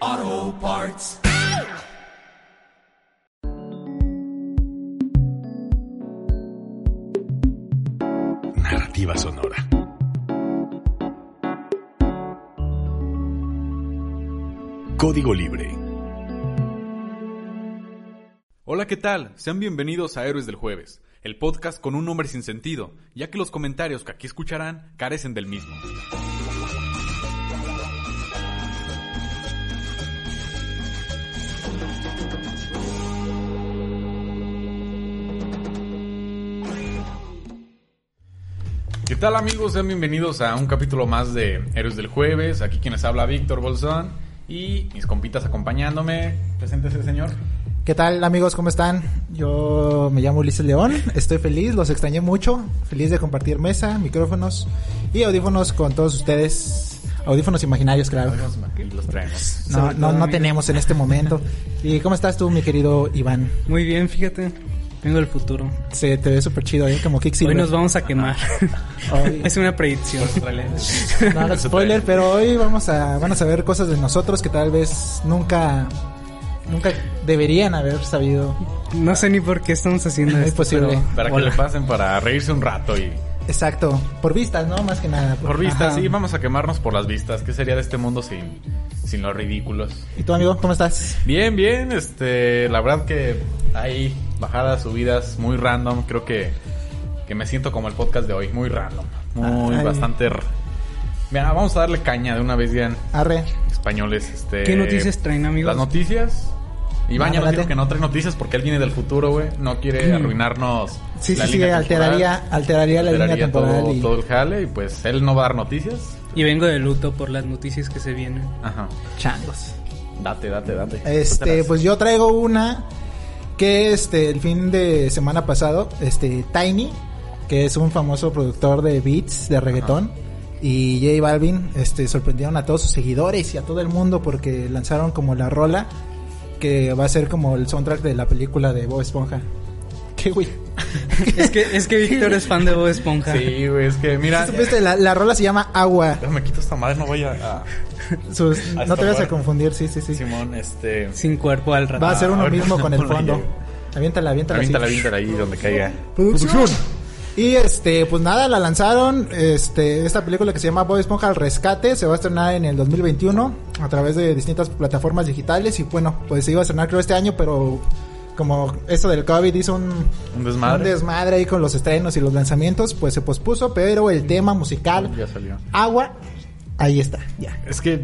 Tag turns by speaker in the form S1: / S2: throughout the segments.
S1: Auto Parts.
S2: Narrativa sonora. Código libre.
S3: Hola, ¿qué tal? Sean bienvenidos a Héroes del Jueves, el podcast con un nombre sin sentido, ya que los comentarios que aquí escucharán carecen del mismo. ¿Qué tal amigos? Sean bienvenidos a un capítulo más de Héroes del Jueves. Aquí quienes habla Víctor Bolsón y mis compitas acompañándome. Preséntese, señor.
S4: ¿Qué tal amigos? ¿Cómo están? Yo me llamo Ulises León, estoy feliz, los extrañé mucho, feliz de compartir mesa, micrófonos y audífonos con todos ustedes. Audífonos imaginarios, claro.
S3: Y los traemos.
S4: No, no, no tenemos en este momento. ¿Y cómo estás tú, mi querido Iván?
S5: Muy bien, fíjate. Vengo del futuro.
S4: Se te ve súper chido, ¿eh? Como Kick
S5: Hoy
S4: Silver.
S5: nos vamos a quemar.
S4: Hoy-
S5: es una predicción.
S4: No hagas spoiler, pero hoy vamos a, van a saber cosas de nosotros que tal vez nunca, nunca deberían haber sabido.
S5: No sé ni por qué estamos haciendo
S4: Es
S5: esto.
S4: posible.
S5: pero
S3: Para que
S5: hola.
S3: le pasen, para reírse un rato y
S4: Exacto, por vistas, ¿no? Más que nada.
S3: por vistas,
S4: Ajá.
S3: sí, vamos a quemarnos por las vistas. ¿Qué sería de este mundo sin, sin los ridículos?
S4: ¿Y tú, amigo? ¿Cómo estás?
S3: Bien, bien, este, la verdad que hay bajadas, subidas muy random, creo que, que me siento como el podcast de hoy, muy random, muy
S4: Ay.
S3: bastante... r- Mira, vamos a darle caña de una vez, digan,
S4: Arre.
S3: españoles, este...
S5: ¿Qué noticias traen, amigos?
S3: Las noticias. Iván ya nos
S4: Adelante.
S3: dijo que no trae noticias porque él viene del futuro, güey, no quiere
S5: Mm.
S3: arruinarnos
S4: Sí,
S3: la
S4: sí, sí,
S3: línea temporal,
S4: alteraría, alteraría la línea
S3: alteraría
S4: temporal.
S3: todo,
S4: y-
S3: todo el jale y pues él no va a dar noticias.
S5: Y vengo de luto por las noticias que se vienen.
S3: Ajá.
S4: Changos.
S3: Date, date, date.
S4: Este,
S3: Suéltalas.
S4: pues yo traigo una que este el fin de semana pasado, este Tiny, que es un famoso productor de beats de reggaetón y J Balvin, este sorprendieron a todos sus seguidores y a todo el mundo porque lanzaron como la rola que va a ser como el soundtrack de la película de Bob Esponja. Qué güey.
S5: es que, es que Víctor es fan de Bob Esponja.
S3: Sí, güey, es que mira...
S4: ¿Supiste? La, la rola se llama Agua.
S3: Ya Me quito esta madre, no voy a... a-
S4: Sus-
S3: Ah,
S4: no te
S3: está
S4: vayas a
S3: bueno.
S4: confundir, sí, sí, sí.
S3: Simón, este...
S5: Sin cuerpo al rato.
S4: Va a ser uno
S3: ahorita
S4: mismo con el
S3: no la
S4: fondo.
S3: llevo.
S4: Aviéntala, aviéntala. así.
S3: Aviéntala, aviéntala ahí donde caiga.
S4: Producción. Y este, pues nada, la lanzaron. Este, esta película que se llama Bob Esponja al Rescate se va a estrenar en el 2021 a través de distintas plataformas digitales. Y bueno, pues se iba a estrenar creo este año, pero como esto del COVID hizo un,
S3: Un desmadre.
S4: un desmadre ahí con los estrenos y los lanzamientos, pues se pospuso. Pero el tema musical,
S3: Ya salió.
S4: agua, ahí está, ya.
S3: Es que...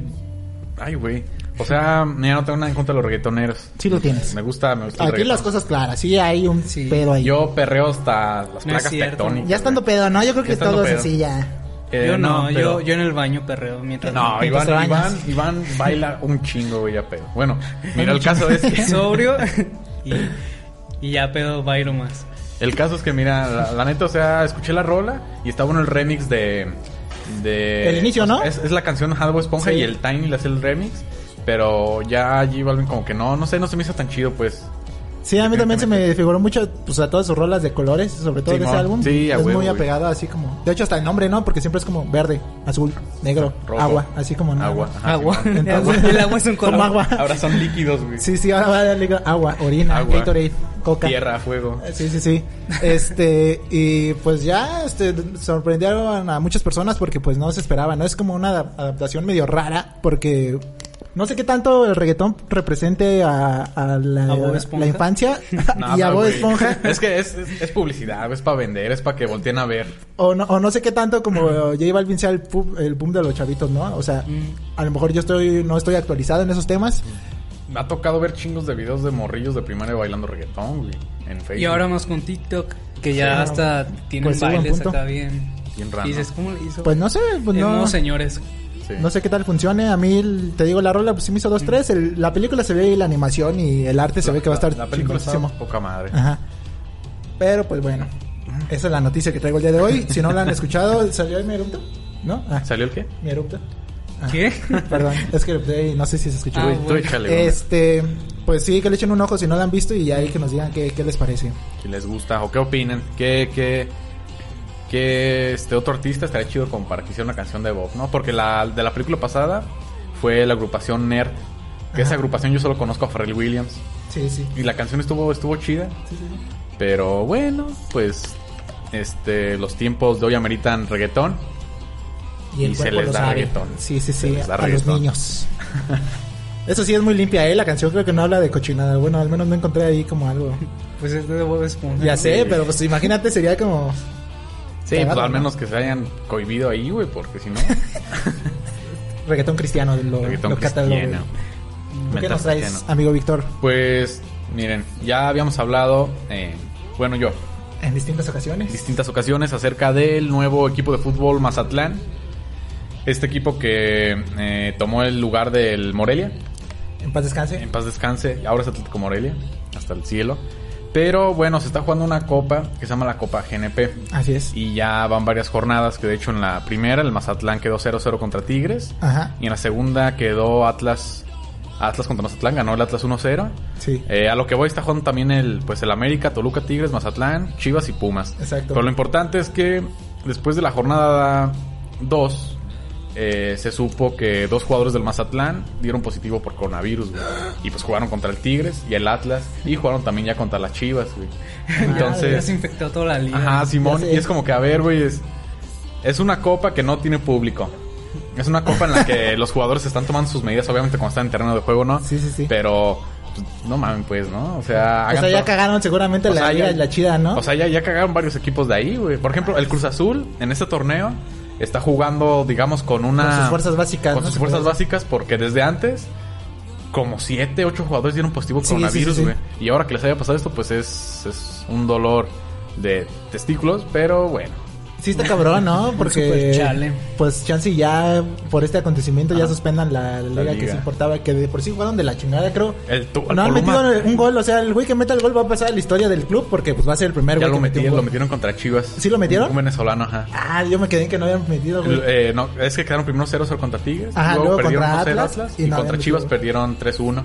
S3: Ay, güey. O sea, mira, no tengo nada en contra de los reggaetoneros.
S4: Sí lo tienes.
S3: Me gusta, me gusta el
S4: Aquí las
S3: reggaetón.
S4: cosas claras, sí hay un
S5: Sí.
S4: pedo ahí.
S3: Yo perreo hasta las
S5: No es
S3: placas
S5: cierto.
S3: tectónicas.
S4: ya estando
S3: güey.
S4: pedo, ¿no? Yo creo
S3: Ya
S4: que
S3: estando
S4: todos
S3: pedo.
S4: así ya.
S3: Eh,
S5: yo no, yo,
S3: pero-
S5: yo en el baño perreo mientras.
S3: No,
S4: Mientras
S3: Iván,
S4: te bañas.
S3: Iván, Iván baila un chingo, güey, ya pedo. Bueno, mira, el caso es que...
S5: Sobrio. y, y ya pedo bailo más.
S3: El caso es que, mira, la, la neta, o sea, escuché la rola y está bueno el remix de. de
S4: El inicio, ¿no?
S3: Es, es la canción Ajá de Bob Esponja
S4: Sí.
S3: y el Tiny le hace el remix. Pero ya G Balvin, como que no, no sé, no se me hizo tan chido, pues.
S4: Sí, a mí también se me figuró mucho pues, a todas sus rolas de colores, sobre todo de
S3: Simón.
S4: ese álbum.
S3: Sí, a
S4: es
S3: huevo,
S4: muy
S3: güey.
S4: apegado así como. De hecho, hasta el nombre, ¿no? Porque siempre es como verde, azul, negro,
S3: Rojo.
S4: agua, así como ¿no?
S3: Agua. ajá,
S5: agua.
S3: Simón.
S4: Entonces-
S5: el agua es un color.
S4: Como agua.
S3: Ahora son líquidos, güey.
S4: Sí, sí, ahora va a darle agua, orina,
S3: Agua.
S4: Gatorade, coca.
S3: Tierra, fuego.
S4: Sí, sí, sí. Este, y pues ya este, sorprendieron a muchas personas porque pues no se esperaba, ¿no? Es como una adap- adaptación medio rara porque no sé qué tanto el reggaetón represente a, a la,
S5: ¿A Bob
S4: la
S5: Esponja?
S4: infancia y a
S3: Nada,
S4: Bob
S3: güey.
S4: Esponja.
S3: Es que es, es, es publicidad, güey, es para vender, es para que volteen a ver.
S4: O no, o no sé qué tanto como J Balvin sea el, pub- el boom de los chavitos, ¿no? O sea, a lo mejor yo estoy no estoy actualizado en esos temas.
S3: Me ha tocado ver chingos de videos de morrillos de primaria bailando reggaetón, güey. En Facebook.
S5: Y ahora más con TikTok, que ya
S4: Sí.
S5: hasta tienen
S4: Pues sí, buen
S5: bailes
S4: punto.
S5: acá bien.
S3: Bien raro.
S5: Y dices, ¿cómo le hizo?
S4: Pues no sé, pues
S5: Eh,
S4: no.
S5: no, señores.
S3: Sí.
S4: No sé qué tal funcione. A mí, el- te digo, la rola pues, sí me hizo
S3: Mm.
S4: dos, tres. El- la película se ve y la animación y el arte se ve que va a estar
S3: La, la película está
S4: chingoncísimo.
S3: poca madre.
S4: Ajá. Pero pues bueno, esa es la noticia que traigo el día de hoy. Si no la han escuchado, ¿salió mi erupto? ¿No? Ah,
S3: ¿Salió el qué?
S4: mi erupto. Ah,
S5: ¿Qué?
S4: Perdón, es que erupté y no sé si se escuchó.
S5: Ah,
S3: Tú-
S5: bueno.
S3: tú échale, una.
S4: este, pues sí, que le echen un ojo si no la han visto y ahí que nos digan qué, qué les parece.
S3: si les gusta o qué opinan. ¿Qué, qué, qué este otro artista estaría chido como para que hiciera una canción de Bob, ¿no? Porque la de la película pasada fue la agrupación Nerd. Que esa agrupación yo solo conozco a Pharrell Williams.
S4: Sí, sí.
S3: Y la canción estuvo, estuvo chida. Pero bueno, pues este los tiempos de hoy ameritan reggaetón.
S4: Y, el
S3: Y se
S4: cuerpo
S3: les
S4: lo
S3: da
S4: sabe.
S3: reggaetón.
S4: Sí, sí,
S3: Se
S4: sí.
S3: les da
S4: a
S3: reggaetón.
S4: los niños. Eso sí es muy limpia, ¿eh? La canción creo que no habla de cochinada. Bueno, al menos no encontré ahí como algo.
S5: Pues es de Bob Esponja.
S4: Ya
S5: ¿no?
S4: sé, pero pues imagínate, sería como...
S3: Sí,
S4: Cagado,
S3: pues al
S4: ¿no?
S3: menos que se hayan cohibido ahí, güey, porque si no,
S4: Reggaetón cristiano lo,
S3: reggaetón
S4: lo catalogo.
S3: cristiano.
S4: ¿Tú ¿Qué nos traes,
S3: Metacristiano.
S4: amigo Víctor?
S3: Pues miren, ya habíamos hablado, eh, bueno yo,
S4: En distintas
S3: en
S4: ocasiones.
S3: distintas ocasiones acerca del nuevo equipo de fútbol Mazatlán. Este equipo que eh, tomó el lugar del Morelia,
S4: En paz descanse.
S3: en paz descanse, ahora es Atlético Morelia, hasta el cielo. Pero bueno, se está jugando una copa que se llama la Copa GNP.
S4: Así es.
S3: Y ya van varias jornadas, que de hecho en la primera el Mazatlán quedó 0-0 contra Tigres.
S4: Ajá.
S3: Y en la segunda quedó Atlas. Atlas contra Mazatlán, ganó el Atlas 1-0.
S4: Sí.
S3: Eh, a lo que voy está jugando también el, pues el América, Toluca, Tigres, Mazatlán, Chivas y Pumas.
S4: Exacto.
S3: Pero lo importante es que después de la jornada 2 eh, se supo que dos jugadores del Mazatlán dieron positivo por coronavirus, güey. Y pues jugaron contra el Tigres y el Atlas y jugaron también ya contra las Chivas, güey.
S5: Ya se
S3: Entonces,
S5: infectó toda la liga.
S3: ajá, Simón,
S4: Ya sé.
S3: y es como que a ver, güey, es, es una copa que no tiene público. Es una copa en la que los jugadores están tomando sus medidas, obviamente cuando están en terreno de juego, ¿no?
S4: Sí, sí, sí.
S3: Pero pues, no mamen, pues, ¿no? O sea,
S4: O
S3: hagan
S4: sea, ya
S3: todo.
S4: cagaron seguramente
S3: O
S4: la
S3: sea,
S4: liga
S3: ya-
S4: y la chida, ¿no?
S3: O sea, ya, ya cagaron varios equipos de ahí, güey. Por ejemplo, el Cruz Azul en este torneo está jugando, digamos, con una.
S4: Con sus fuerzas básicas,
S3: Con
S4: ¿no?
S3: sus
S4: Se
S3: fuerzas
S4: puede
S3: básicas, porque desde antes, como 7, 8 jugadores dieron positivo
S4: Sí,
S3: coronavirus,
S4: sí, sí, sí.
S3: güey. Y ahora que les haya pasado esto, pues es, es un dolor de testículos, pero bueno.
S4: sí está cabrón, ¿no? Porque...
S5: super chale.
S4: Pues chance y ya por este acontecimiento ya
S3: Ajá.
S4: suspendan la, liga,
S3: La
S4: que
S3: liga.
S4: se importaba, que de por sí jugaron de la chingada, creo.
S3: El tu- al
S4: no han
S3: Coloma.
S4: metido un gol, o sea, el güey que meta el gol va a pasar a la historia del club porque pues va a ser el primer
S3: ya
S4: güey
S3: lo
S4: que metió
S3: metieron,
S4: un
S3: lo
S4: gol.
S3: metieron contra Chivas.
S4: ¿Sí lo metieron?
S3: Un venezolano, ajá.
S4: Ah, yo me quedé en que no habían metido, güey.
S3: Eh, no, es que quedaron primero 0-0 contra Tigres,
S4: Ajá,
S3: luego,
S4: luego
S3: perdieron
S4: contra
S3: 1-0
S4: Atlas,
S3: Atlas
S4: y
S3: y,
S4: no
S3: contra
S4: habían
S3: Chivas
S4: metido.
S3: perdieron 3-1.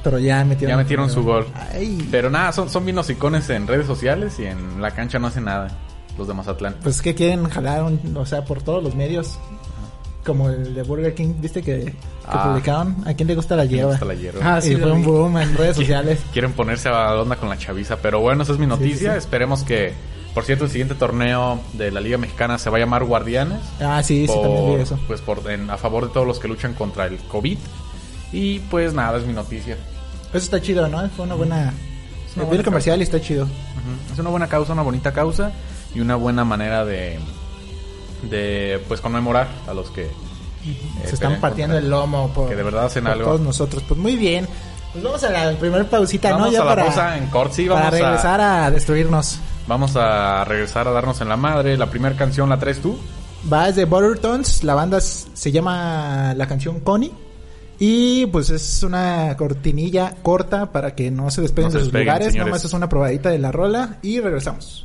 S4: Pero ya metieron.
S3: Ya metieron su gol.
S4: Ay.
S3: Pero nada, son, son bien hocicones en redes sociales y en la cancha no hacen nada los de Mazatlán.
S4: Pues que quieren jalar, un- o sea, por todos los medios. Como el de Burger King, ¿viste que, que
S3: Ah.
S4: publicaron? ¿A quién le gusta la
S3: quién le
S4: hierba?
S3: gusta la hierba?
S4: Ah,
S5: Ah, sí,
S4: sí, y
S5: lo
S4: fue un
S5: vi.
S4: boom en redes sociales.
S3: Quieren ponerse a la onda con la chaviza. Pero bueno, esa es mi noticia.
S4: sí, sí.
S3: Esperemos que, por cierto, el siguiente torneo de la Liga Mexicana se va a llamar Guardianes.
S4: Ah, sí, sí, también vi
S3: por-
S4: eso.
S3: Pues por, en- a favor de todos los que luchan contra el COVID. Y pues nada, es mi noticia.
S4: Eso Pues está chido, ¿no? Fue una buena.
S3: Es una
S4: Me vi el
S3: buena
S4: comercial y está chido.
S3: Ujú. Es una buena causa, una bonita causa y una buena manera de, de pues conmemorar a los que eh,
S4: Se
S3: pelean
S4: están partiendo
S3: contra-
S4: el lomo por,
S3: que de verdad hacen
S4: por
S3: algo.
S4: todos nosotros. Pues muy bien. Pues vamos a la primera pausita,
S3: Vamos
S4: ¿no? Ya
S3: a la
S4: para,
S3: pausa en corto, sí,
S4: para
S3: vamos a-
S4: regresar a... destruirnos.
S3: Vamos a regresar a darnos en la madre. La primera canción la traes tú.
S4: Va es de Buttertones, la banda s- se llama la canción Connie. Y pues es una cortinilla corta para que no se despeguen
S3: No se
S4: de sus
S3: despeguen,
S4: lugares.
S3: señores.
S4: Nomás es una probadita de la rola y regresamos.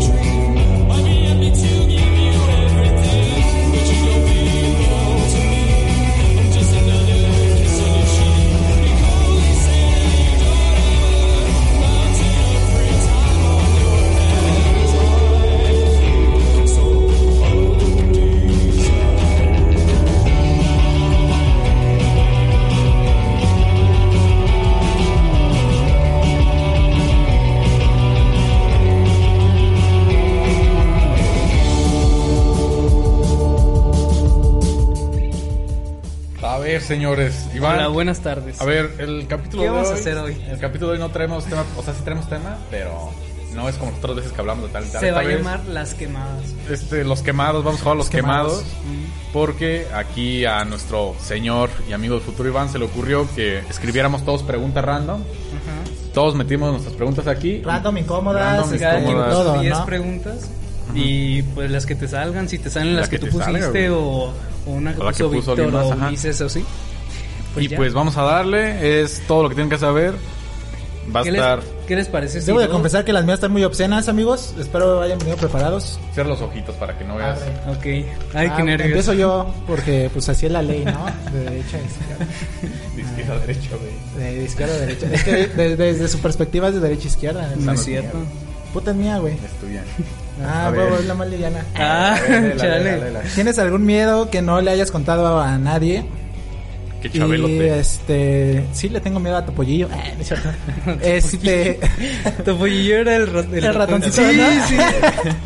S1: Dream, I'd be happy to give you everything, but you don't feel.
S3: ver, señores. Iván.
S5: Hola, buenas tardes.
S3: A ver, el capítulo
S5: ¿Qué
S3: de
S5: vamos a
S3: hoy-
S5: hacer hoy?
S3: El capítulo de hoy no traemos tema, o sea, sí traemos tema, pero no es como las otras veces que hablamos de tal y tal.
S5: Se
S3: Esta
S5: va a
S3: vez,
S5: llamar Las Quemadas.
S3: Este, los quemados, vamos a jugar a los,
S4: Los
S3: quemados,
S4: quemados.
S3: Porque aquí a nuestro señor y amigo del futuro Iván se le ocurrió que escribiéramos todos preguntas random. Todos metimos nuestras preguntas aquí.
S4: Random, incómodas,
S3: Random,
S4: este,
S5: Cada quien
S3: incómodas.
S4: todo,
S5: puso 10
S4: ¿no?
S5: preguntas y pues las que te salgan, si te salen
S3: La
S5: las
S3: que
S5: que,
S3: te
S5: tú
S3: salga,
S5: pusiste
S3: güey.
S5: o, o una que
S3: O la que
S5: puso
S3: puso alguien
S5: Víctor
S3: más,
S5: o
S3: ajá.
S5: Ulises o así.
S3: y
S5: ya.
S3: pues vamos a darle, es todo lo que tienen que saber. Va a
S5: ¿Qué les,
S3: estar.
S5: ¿Qué les parece? si
S4: Debo de
S5: dos-
S4: confesar que las mías están muy obscenas, amigos. Espero hayan venido preparados.
S3: Cierra los ojitos para que no veas.
S4: Arre.
S5: Ok. Ay, qué
S4: Ah,
S5: nervios.
S4: Empiezo yo, porque pues así es la ley, ¿no? De derecha a izquierda.
S3: De izquierda a derecha, güey.
S4: De izquierda a derecha. Es que de- de- desde su perspectiva es de derecha a izquierda.
S5: No es
S4: Puta
S5: cierto. Mm.
S4: Puta es mía, güey.
S3: Estudian. A
S4: Ah,
S3: ver.
S4: huevo, es la más liviana.
S5: Ah,
S3: Dale, dale,
S5: chale.
S3: dale, dale.
S4: ¿Tienes algún miedo que no le hayas contado a nadie?
S3: Qué
S4: Y
S3: chabelote.
S4: este, sí le tengo miedo a Topollillo. Eh, no es cierto. este,
S5: Topollillo era el, rat-
S4: El ratoncito,
S5: Sí,
S4: ¿no?
S5: sí.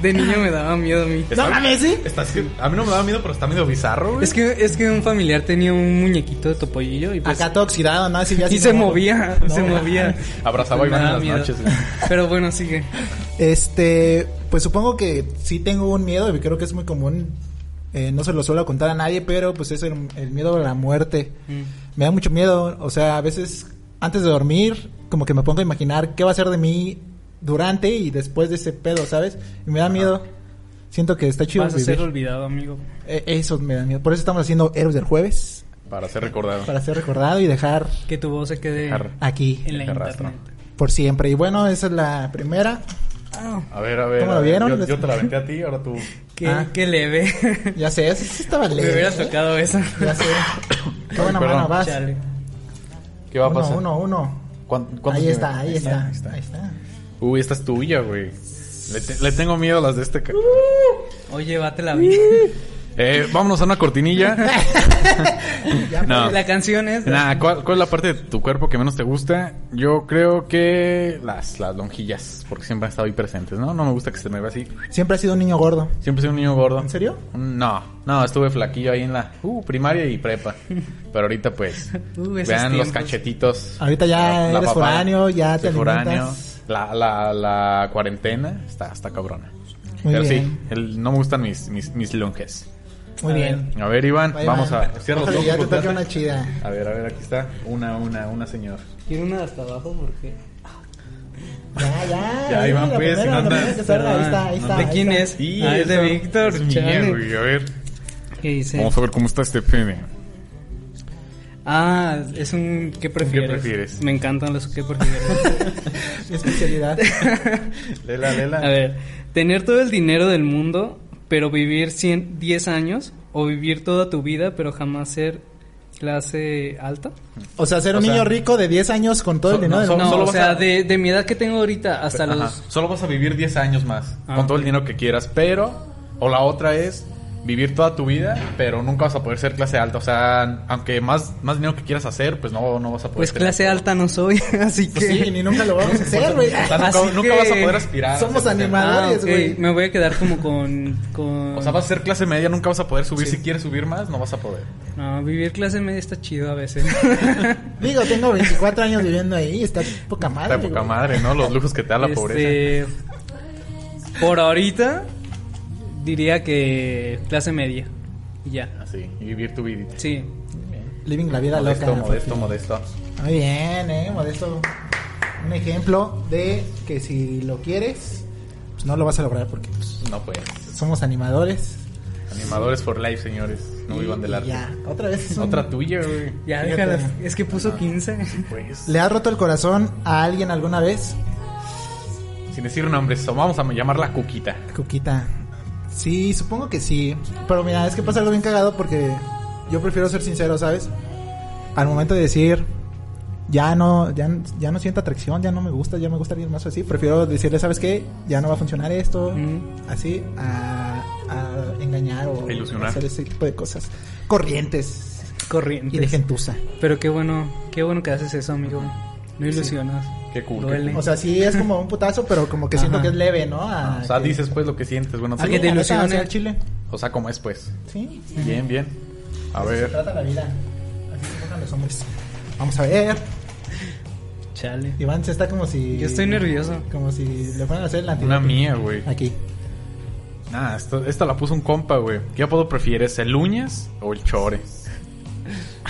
S5: De niño me daba miedo a mí.
S4: no mames, sí.
S3: Estás que- a mí no me daba miedo, pero está medio bizarro, güey.
S5: Es que, es que un familiar tenía un muñequito de Topollillo y pues...
S4: Acá todo oxidado, ¿no? Así ya
S5: y
S4: así
S5: se
S4: como-
S5: movía, se
S4: No.
S5: movía.
S3: Abrazaba a Iván
S5: Me
S3: en
S5: daba
S3: las
S5: miedo.
S3: noches, güey.
S5: Pero bueno, sigue.
S4: Este, pues supongo que sí tengo un miedo y creo que es muy común. Eh, no se lo suelo contar a nadie, pero pues es el, el miedo a la muerte.
S5: Mm.
S4: Me da mucho miedo, o sea, a veces antes de dormir, como que me pongo a imaginar qué va a ser de mí durante y después de ese pedo, ¿sabes? Y me da miedo. Siento que está chido
S5: Vas a ser
S4: vivir.
S5: olvidado, amigo.
S4: Eh, eso me da miedo. Por eso estamos haciendo Héroes del Jueves,
S3: Para ser recordado.
S4: para ser recordado y dejar
S5: Que tu voz se quede
S3: Dejar.
S4: aquí
S5: en la
S3: Te arrastro.
S5: internet.
S4: por siempre. Y bueno, esa es la primera. Ah.
S3: A ver, a ver.
S4: ¿Cómo lo
S3: a ver,
S4: vieron?
S3: Yo, yo te la aventé a ti, ahora tú.
S5: Qué,
S4: Ah.
S5: qué leve.
S4: Ya sé, esa sí estaba
S5: Me
S4: leve.
S5: hubieras
S4: ¿eh?
S5: tocado esa.
S4: Ya sé. Qué buena
S3: Perdón.
S4: mano, vas.
S5: Chale.
S3: ¿Qué va a
S4: uno,
S3: pasar?
S4: uno, uno.
S3: ¿Cuán- cuántos
S4: Ahí
S3: tiene?
S4: está, ahí está,
S3: ahí está.
S4: ahí está.
S3: Uy, esta es tuya, güey. Le, te- le tengo miedo a las de este. ca-
S5: Oye, bátela bien.
S3: Eh, vámonos a una cortinilla. no.
S4: pues,
S5: La canción es...
S3: Nah, ¿cuál, cuál es la parte de tu cuerpo que menos te gusta? Yo creo que las, las lonjillas, porque siempre han estado ahí presentes, ¿no? No me gusta que se me vea así.
S4: Siempre ha sido un niño gordo.
S3: Siempre soy un niño gordo. Mm,
S4: ¿En serio?
S3: No, no, estuve flaquillo ahí en la uh, primaria y prepa. Pero ahorita pues,
S5: Uh, esos
S3: vean los
S5: tiempos.
S3: cachetitos.
S4: Ahorita ya eres foráneo, ya te
S3: soy foráneo.
S4: alimentas.
S3: La, la, la cuarentena está, está cabrona.
S4: Muy
S3: Pero sí,
S4: bien.
S3: el- no me gustan mis, mis, mis lonjes.
S4: Muy
S5: A
S4: bien.
S3: A ver, Iván,
S4: Ahí
S3: vamos
S4: van.
S3: a... Cierra los
S4: Ojalá ya
S3: ojos.
S4: te toque
S3: volteate.
S4: una chida.
S3: A ver, a ver, aquí está. Una, una, una, señor.
S5: Quiero una de hasta abajo porque...
S4: Ya, ya.
S3: Ya,
S4: ahí,
S3: Iván,
S4: la
S3: pues,
S4: primera,
S3: si no
S4: la primera
S3: andas-
S4: que salga, ahí está, ahí
S3: no
S4: está.
S3: te-
S4: ahí
S5: ¿De quién
S4: está.
S5: es? ah, es de
S3: esa-
S5: Víctor.
S3: es mía,
S5: chale.
S3: güey, A ver,
S5: ¿Qué dice?
S3: vamos a ver cómo está este pene.
S5: Ah, es un ¿qué prefieres?
S3: prefieres?
S5: Me encantan los ¿qué prefieres?
S4: Mi especialidad.
S3: Lela, lela.
S5: A ver, tener todo el dinero del mundo, pero vivir 100, 10 años o vivir toda tu vida, pero jamás ser clase alta?
S4: O sea, ser
S3: O
S4: un
S3: sea,
S4: niño rico de 10 años con todo
S3: so-
S4: el dinero
S3: no,
S4: del
S3: so-
S4: mundo.
S5: No,
S3: solo
S5: o
S3: vas
S5: sea,
S3: a-
S5: de, de mi edad que tengo ahorita hasta
S3: Ajá.
S5: los
S3: Solo vas a vivir 10 años más,
S5: Ah,
S3: con todo el
S5: ok.
S3: dinero que quieras, pero... O la otra es vivir toda tu vida, pero nunca vas a poder ser clase alta. O sea, aunque más, más dinero que quieras hacer, pues no, no vas a poder...
S5: pues
S3: tener
S5: clase
S3: todo.
S5: alta no soy, así que
S4: Pues sí, ni nunca lo vamos a hacer, güey.
S3: O sea, nunca,
S5: Así
S3: nunca
S5: que-
S3: vas a poder aspirar. a
S4: Somos
S3: ser-
S4: animales.
S5: Ah,
S4: madres,
S5: ok,
S4: güey.
S5: me voy a quedar como con, con...
S3: O sea, vas a ser clase media, nunca vas a poder subir. Si quieres subir más, no vas a poder.
S5: No, vivir clase media está chido a veces.
S4: Digo, tengo 24 años viviendo ahí. Está poca madre.
S3: Está de poca
S4: güey.
S3: madre, ¿no? Los lujos que te da la pobreza.
S5: Este, Por ahorita diría que clase media. Y Ya.
S3: Así, Ah, y vivir tu vida.
S5: Sí.
S4: Living la vida
S3: Modesto,
S4: loca.
S3: modesto, modesto.
S4: Muy bien, eh, modesto. Un ejemplo de que si lo quieres, pues no lo vas a lograr porque pues,
S3: No pues.
S4: somos animadores.
S3: Animadores for life, señores. No vivan del
S4: Y
S3: arte.
S4: Ya, otra vez. es un-
S3: Otra tuya, güey.
S5: Ya
S4: Fíjate.
S5: déjala. Es que puso 15.
S3: Pues.
S4: ¿Le has roto el corazón a alguien alguna vez?
S3: Sin decir nombres, so- vamos a llamarla Cuquita.
S4: Coquita. Sí, supongo que sí. Pero mira, es que pasa algo bien cagado porque yo prefiero ser sincero, ¿sabes? Al momento de decir, ya no, ya, ya no siento atracción, ya no me gusta, ya me gusta alguien más o así, prefiero decirle, ¿sabes qué? Ya no va a funcionar esto,
S5: Ujú.
S4: así, a, a engañar o
S3: Mm. A ilusionar.
S4: hacer ese tipo de cosas. Corrientes y de
S5: Corriente.
S4: gentuza.
S5: Pero qué bueno, qué bueno que haces eso, amigo. No ilusionas.
S3: Qué cool, qué
S5: Duele.
S4: O sea, sí es como un putazo, pero como que siento
S5: Ajá.
S4: que es leve, ¿no? A
S3: O sea,
S4: que-
S3: dices pues lo que sientes. Bueno,
S4: a
S5: que
S4: que
S3: sí.
S5: te
S4: te ilusiona.
S5: ilusione.
S4: Chile.
S3: O sea, como es pues.
S4: Sí.
S3: Bien, bien. A
S4: Se
S3: ver.
S4: trata la vida. Así ganan los hombres. Vamos a ver.
S5: Chale.
S4: Iván se está como si.
S5: Yo estoy nervioso.
S4: Como si le fueran a hacer el
S3: Una
S4: antidote.
S3: mía, güey.
S4: Aquí.
S3: Ah, esta, esta la puso un compa, güey. ¿Qué apodo prefieres, el uñas o el chore?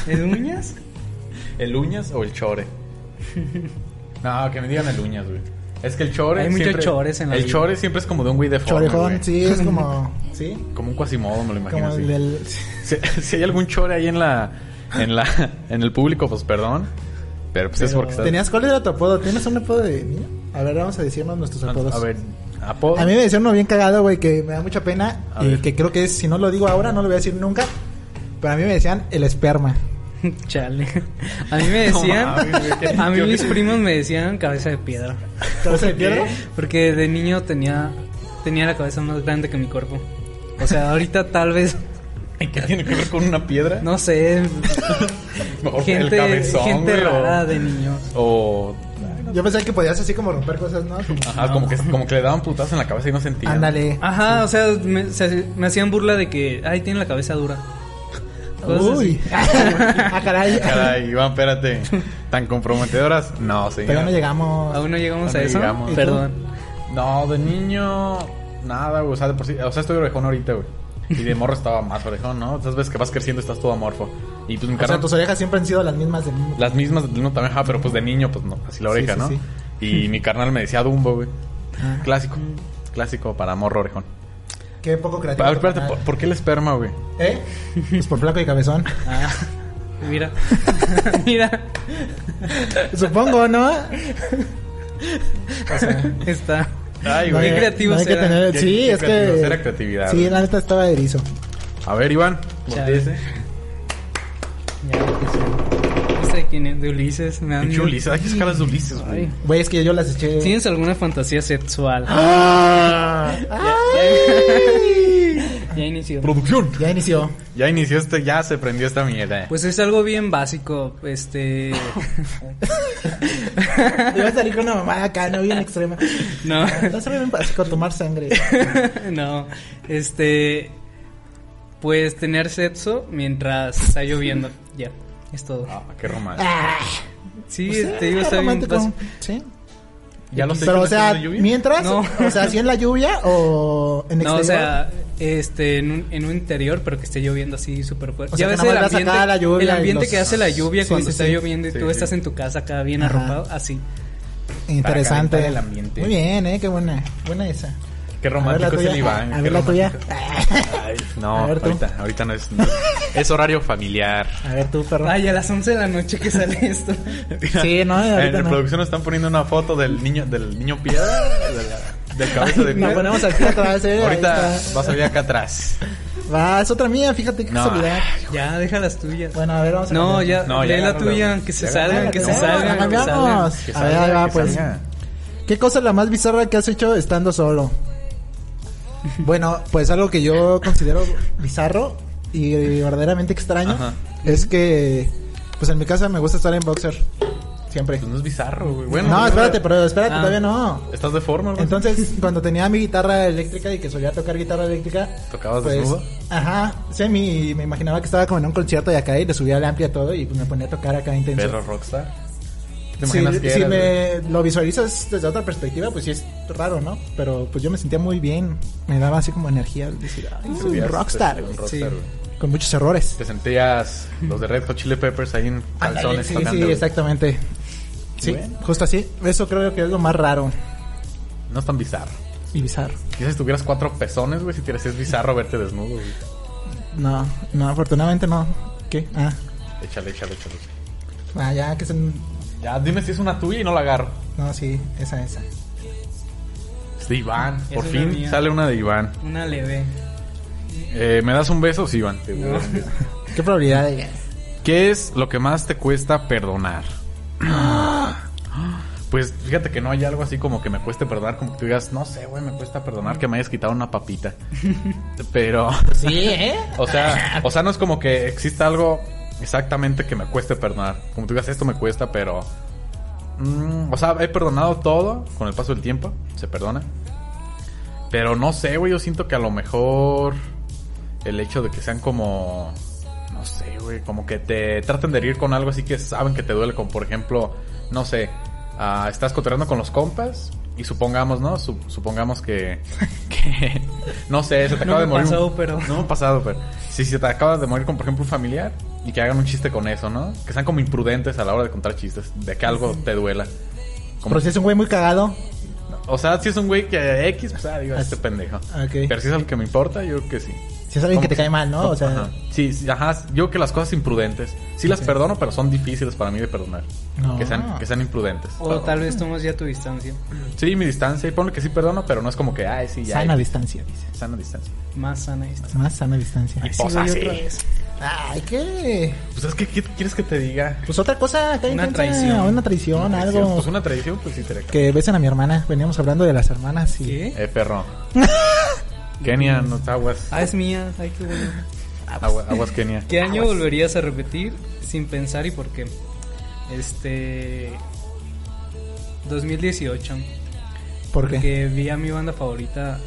S5: ¿Es uñas?
S3: ¿El uñas o el chore? no, que me digan el uñas, güey. Es que el chore.
S5: Hay muchos
S3: siempre-
S5: chores en la
S3: El
S5: vida.
S3: chore siempre es como de un güey de
S4: Chorejón, sí, es como. ¿Sí?
S3: Como un cuasimodo, me lo imagino
S4: Como
S3: así.
S4: el del.
S3: Si, si hay algún chore ahí en la, en la, en el público, pues perdón. Pero pues es
S5: Pero
S3: porque estás-
S4: ¿Tenías cuál era tu apodo? ¿Tienes un apodo de niño? A ver, vamos a decirnos nuestros apodos.
S3: A ver, apodo.
S4: A mí me decían uno bien cagado, güey, que me da mucha pena
S3: A
S4: y
S3: ver.
S4: que creo que es, si no lo digo ahora, no lo voy a decir nunca. Pero a mí me decían el esperma.
S5: Chale. A mí me decían.
S3: No mames, güey, qué-
S5: a mí
S3: qué-
S5: mis primos me decían cabeza de piedra.
S4: ¿Cabeza de piedra?
S5: Porque de niño tenía, tenía la cabeza más grande que mi cuerpo. O sea, ahorita tal vez.
S3: ¿Y ¿Qué tiene que ver con una piedra?
S5: No sé.
S3: Mejor
S5: gente
S3: el cabezón,
S5: gente
S3: güey, o-
S5: rara de niños.
S3: O.
S4: Yo pensé que podías así como romper cosas, ¿no? Como-
S3: Ajá, como, que, como que le daban putazos en la cabeza y no sentía.
S4: Ándale.
S5: Ajá, o sea, me, se- me hacían burla de que, ay, tiene la cabeza dura. Cosas
S4: Uy.
S5: así.
S4: ah, caray.
S3: Caray, Iván, espérate. ¿Tan comprometedoras? No, señor.
S4: Todavía no
S3: Ah,
S4: llegamos.
S5: Aún no llegamos
S3: Aún
S5: a
S3: no
S5: eso.
S3: llegamos. ¿Y tú?
S5: Perdón.
S3: No, de niño. Nada, güey. O sea, de por sí. O sea, estoy orejón ahorita, güey. Y de morro estaba más orejón, ¿no? Esas veces que vas creciendo estás todo amorfo. Y pues mi
S4: O sea,
S3: carnal-
S4: tus orejas siempre han sido las mismas del mismo.
S3: Las mismas del mismo tamaño, ajá, pero pues de niño, pues no, así la
S4: Sí,
S3: oreja,
S4: sí,
S3: ¿no?
S4: sí.
S3: Y mi carnal me decía Dumbo, güey.
S4: Ah.
S3: Clásico. Clásico para morro orejón.
S4: Qué poco creativo.
S3: A ver, espérate,
S4: tu
S3: ¿por,
S4: canal.
S3: por qué el esperma, güey?
S4: ¿Eh? Pues por flaco y cabezón.
S5: Ah, mira. mira.
S4: Supongo, ¿no?
S5: Está.
S3: Ay,
S5: güey.
S4: hay-
S5: Qué creativos
S4: hay que
S5: eran.
S4: tener-
S3: Qué-
S4: Sí,
S3: qué
S4: es
S3: creativos,
S4: que.
S3: era creatividad,
S4: Sí,
S3: güey.
S4: la neta estaba erizo.
S3: A ver, Iván,
S5: Chale.
S3: volteese.
S5: Ya, que sí. No sé quién es, de Ulises. Me dan
S3: Pinche
S5: miedo.
S3: Ulises, ay, qué escalas de Ulises, güey.
S5: Ay.
S4: Güey, es que yo las eché.
S5: ¿Tienes alguna fantasía sexual?
S4: Ah. ¡Ay!
S5: Ya inició.
S3: Producción.
S4: ya inició.
S3: Ya inició este, ya se prendió esta mierda.
S5: Pues es algo bien básico, este...
S4: Iba a salir con una mamá acá, no bien extrema.
S5: no,
S4: Estás bien básico tomar sangre.
S5: no, este... Pues tener sexo mientras está lloviendo, ya, es todo.
S3: Ah, qué romántico.
S4: Ah,
S5: Sí,
S4: pues,
S3: este,
S5: te digo,
S4: ah,
S5: está bien
S4: romántico.
S5: básico.
S4: Sí.
S3: Ah, Ya lo sé.
S4: Pero,
S3: que
S4: o
S3: no
S4: sea,
S3: está haciendo lluvia.
S4: mientras,
S5: No.
S4: o sea, ¿sí en la lluvia o en
S5: No,
S4: exterior?
S5: o sea, este, en un, en un interior, pero que esté lloviendo así súper fuerte.
S4: O sea,
S5: ya
S4: que
S5: ves
S4: nada
S5: el
S4: más vas
S5: ambiente,
S4: acá a la lluvia
S5: el
S4: y
S5: ambiente
S4: los-
S5: que hace la lluvia
S4: Sí,
S5: cuando
S4: sí,
S5: está
S4: sí.
S5: lloviendo y
S3: Sí,
S5: tú
S3: sí.
S5: estás en tu casa acá bien
S4: Ajá.
S5: arropado, así.
S4: Interesante.
S3: Para calentar el ambiente.
S4: Muy bien, eh, qué buena. Buena esa.
S3: Qué
S4: A ver la
S3: romántico es
S4: tuya.
S3: el Iván.
S4: A
S3: qué
S4: ver la tuya.
S3: romántico.
S4: Ah,
S3: Ay, no,
S4: A ver, tú.
S3: ahorita, ahorita no es. no. Es horario familiar.
S4: A ver tú, perro.
S5: Ay, a las 11 de la noche que sale esto.
S4: Sí, no,
S3: En
S4: ahorita
S3: la
S4: no.
S3: producción nos están poniendo una foto del niño, del niño piedra, de la- del cabeza de
S4: Nos
S3: piedra.
S4: ponemos aquí atrás, eh. ahí
S3: Ahorita
S4: está.
S3: va a salir acá atrás.
S4: Va, es otra mía, fíjate qué
S3: No.
S4: casualidad.
S5: ya, deja las tuyas.
S4: Bueno, a ver, vamos a
S5: no,
S4: cambiar.
S5: ya,
S3: No, ya
S5: lee la
S3: agárrala,
S5: tuya,
S3: güey.
S5: que se
S3: Ya
S5: salgan,
S3: agárrala,
S5: que
S3: ya
S5: se
S3: agárrala,
S5: salgan, que
S4: cambiamos.
S5: salgan.
S4: A
S3: Que
S4: ver,
S3: salga,
S4: ahí va,
S3: que
S4: pues.
S3: salga.
S4: ¿Qué cosa es la más bizarra que has hecho estando solo? Bueno, pues algo que yo considero bizarro y verdaderamente extraño
S3: Ajá.
S4: es que, pues en mi casa me gusta estar en boxer. Siempre.
S3: Pues no es bizarro, güey. Bueno,
S4: no,
S3: pues,
S4: espérate, pero espérate,
S5: Ah.
S4: todavía no.
S3: Estás de forma, güey.
S4: Entonces, cuando tenía mi guitarra eléctrica y que solía tocar guitarra eléctrica, pues,
S3: ¿Tocabas desnudo?
S4: Ajá, semi, y me imaginaba que estaba como en un concierto de acá y le subía la amplia todo y pues me ponía a tocar acá intenso.
S3: Perro rockstar. ¿Te
S4: Si,
S3: imaginas que
S4: si
S3: eras, güey?
S4: me lo visualizas desde otra perspectiva, pues sí es raro, ¿no? Pero pues yo me sentía muy bien. Me daba así como energía. Decir, "Ay, soy un
S3: Serías-
S4: rockstar.
S3: serías pues, un
S4: güey".
S3: rockstar,
S5: Sí.
S3: güey.
S4: Con muchos errores.
S3: Te sentías los de Red Hot Chili Peppers ahí en
S4: Ándale,
S3: calzones
S4: sí,
S3: tocando,
S4: sí,
S3: güey.
S4: exactamente. Sí,
S3: Bueno.
S4: justo así. Eso creo que es lo más raro
S3: No es tan bizarro.
S4: y bizarro.
S3: Quizás si tuvieras cuatro pezones, güey, si te es bizarro verte desnudo, güey.
S4: No, no, afortunadamente no. ¿Qué? Ah,
S3: Échale, échale, échale.
S4: ah ya, que es un...
S3: Ya, dime si es una tuya y no la agarro.
S4: No, sí, esa, esa.
S3: Es de Iván.
S5: Es
S3: Por
S5: una
S3: fin
S5: mía.
S3: sale una de Iván.
S5: Una leve.
S3: Eh, ¿Me das un beso? Sí, Iván. Te voy a
S5: No.
S3: dar un beso.
S4: ¿Qué probabilidad hay?
S3: ¿Qué es lo que más te cuesta perdonar? Pues fíjate que no hay algo así como que me cueste perdonar, como que tú digas, no sé, güey, me cuesta perdonar que me hayas quitado una papita. Pero,
S4: Sí, ¿eh?
S3: o sea, o sea, no es como que exista algo exactamente que me cueste perdonar. Como tú digas, esto me cuesta, pero. mm, o sea, he perdonado todo con el paso del tiempo, se perdona. Pero no sé, güey, yo siento que a lo mejor el hecho de que sean como. No no sé, güey, como que te tratan de herir con algo así que saben que te duele, como por ejemplo, no sé, ah, estás cotorreando con los compas y supongamos, ¿no? Su- supongamos que, que- no sé, se te
S5: No
S3: acaba
S5: me
S3: de morir. un-
S5: pasó, pero-
S3: No me ha pasado, pero si se te acabas de morir con por ejemplo un familiar y que hagan un chiste con eso, ¿no? Que sean como imprudentes a la hora de contar chistes, de que algo te duela. Como-
S4: Pero si es un güey muy cagado,
S3: o sea, si es un güey que X, pues ah, digo, este pendejo.
S4: Ok.
S3: Pero si es algo que me importa, yo creo que sí.
S4: si es alguien que
S3: ¿Cómo?
S4: te cae mal, ¿no? O sea,
S3: Ajá. Sí, sí, ajá. Yo que las cosas imprudentes. Sí las perdono, pero son difíciles para mí de perdonar.
S4: No.
S3: Que, sean, que sean imprudentes.
S5: O tal vez tomas ya tu distancia.
S3: Sí, mi distancia. Y ponle que sí perdono, pero no es como que, ay, sí, ya.
S4: sana distancia, dice.
S3: Sana distancia.
S5: Más sana distancia.
S4: Más sana distancia.
S3: Y
S5: Sí,
S3: pues
S5: güey,
S3: así.
S5: otra vez.
S4: Ay, ¿qué?
S3: Pues es que, ¿qué quieres que te diga?
S4: Pues otra cosa, acá
S5: Una
S4: intensa,
S5: traición.
S4: Una traición, algo.
S3: Pues una tradición, pues sí te recae.
S4: Que besen a mi hermana. Veníamos hablando de las hermanas y.
S5: ¿Qué?
S3: Eh, perro. Kenia, no aguas.
S5: Ah, es mía. Ay, qué bueno.
S3: Agua- aguas, Kenia.
S4: Ah,
S5: ¿Qué año
S4: pues.
S3: Aguas.
S5: volverías a repetir sin pensar y por qué? Este. 2018.
S4: ¿Por qué?
S5: Porque vi a mi banda favorita.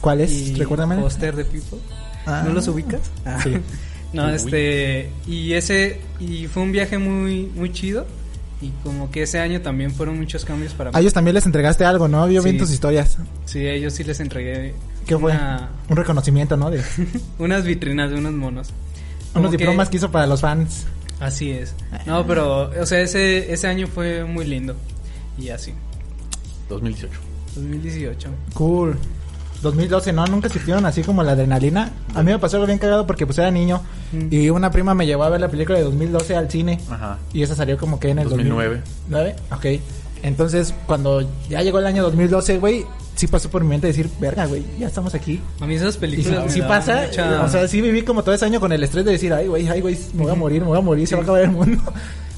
S4: ¿Cuál
S5: y
S4: es? Recuérdame.
S5: Póster de People.
S4: Ah.
S5: ¿No los ubicas? Ah.
S4: Sí.
S5: No, este. Y ese. Y fue un viaje muy, muy chido. Y como que ese año también fueron muchos cambios para
S4: A
S5: mí.
S4: ellos también les entregaste algo, ¿no? Yo vi en
S5: Sí.
S4: tus historias.
S5: Sí, a ellos sí les entregué.
S4: ¿Qué fue?
S5: una-
S4: Un reconocimiento, ¿no? De
S5: unas vitrinas de unos monos. Como
S4: unos
S5: que-
S4: diplomas que hizo para los fans.
S5: Así es. No, pero, o sea, ese, ese año fue muy lindo. Y así.
S3: 2018.
S5: 2018.
S4: Cool. 2012, ¿no? Nunca sintieron así como la adrenalina. A mí me pasó algo bien cagado porque pues era niño.
S5: Mm.
S4: Y una prima me llevó a ver la película de 2012 al cine.
S3: Ajá.
S4: Y esa salió como que en el
S3: 2009.
S4: 2009. Ok. Entonces, cuando ya llegó el año 2012, güey, sí pasó por mi mente decir, verga, güey, ya estamos aquí.
S5: A mí esas
S4: Y si,
S5: películas. me
S4: si
S5: daban
S4: pasa,
S5: mucha-
S4: o sea, sí viví como todo ese año con el estrés de decir, ay, güey, ay, güey, me voy a morir, me voy a morir, se va a acabar el mundo.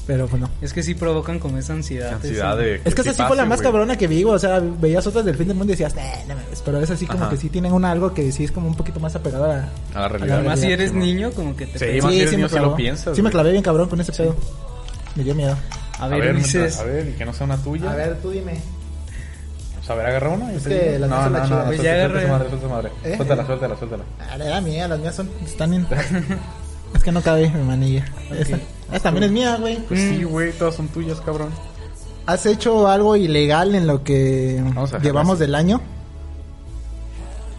S4: Pero pues no.
S5: Es que sí provocan como esa ansiedad.
S3: Ansiedad
S5: esa-
S3: de.
S4: Es que
S3: sí
S4: esa sí fue la
S3: pase,
S4: más
S3: güey.
S4: cabrona que vi, güey, o sea, veías otras del fin del mundo y decías, "Eh, no mames", pero es así como
S3: Ajá.
S4: que sí tienen un algo que sí es como un poquito más apegado a la...
S3: A la
S4: A
S3: realidad.
S4: la
S5: Además, si
S4: realidad,
S5: eres
S3: sí, güey.
S5: niño, como que te.
S3: Sí,
S5: pega.
S3: más si eres niño, sí lo piensas,
S4: sí me
S3: güey.
S4: clavé bien cabrón con ese pedo. Me dio miedo.
S5: A
S3: A
S5: ver,
S3: ver,
S5: Ulises.
S3: a ver, y que no sea una tuya.
S4: tú dime.
S3: Pues a ver, agarra una. y
S4: Es
S3: te
S4: que
S3: digo.
S4: las mías
S3: no,
S4: son
S3: no,
S4: las
S3: no,
S4: chidas.
S3: no,
S5: Pues
S3: suelta-
S5: ya
S3: suelta
S5: agarra.
S3: su madre, suelta su madre.
S4: Eh.
S3: Suéltala, suéltala, suéltala.
S4: Ah, era mía, las mías son, están en... es que no cabe mi manilla. Esta, esta también es mía, güey.
S3: Pues sí, güey, todas son tuyas, cabrón.
S4: ¿Has hecho algo ilegal en lo que
S3: Vamos a dejarlo
S4: llevamos
S3: así.
S4: del año?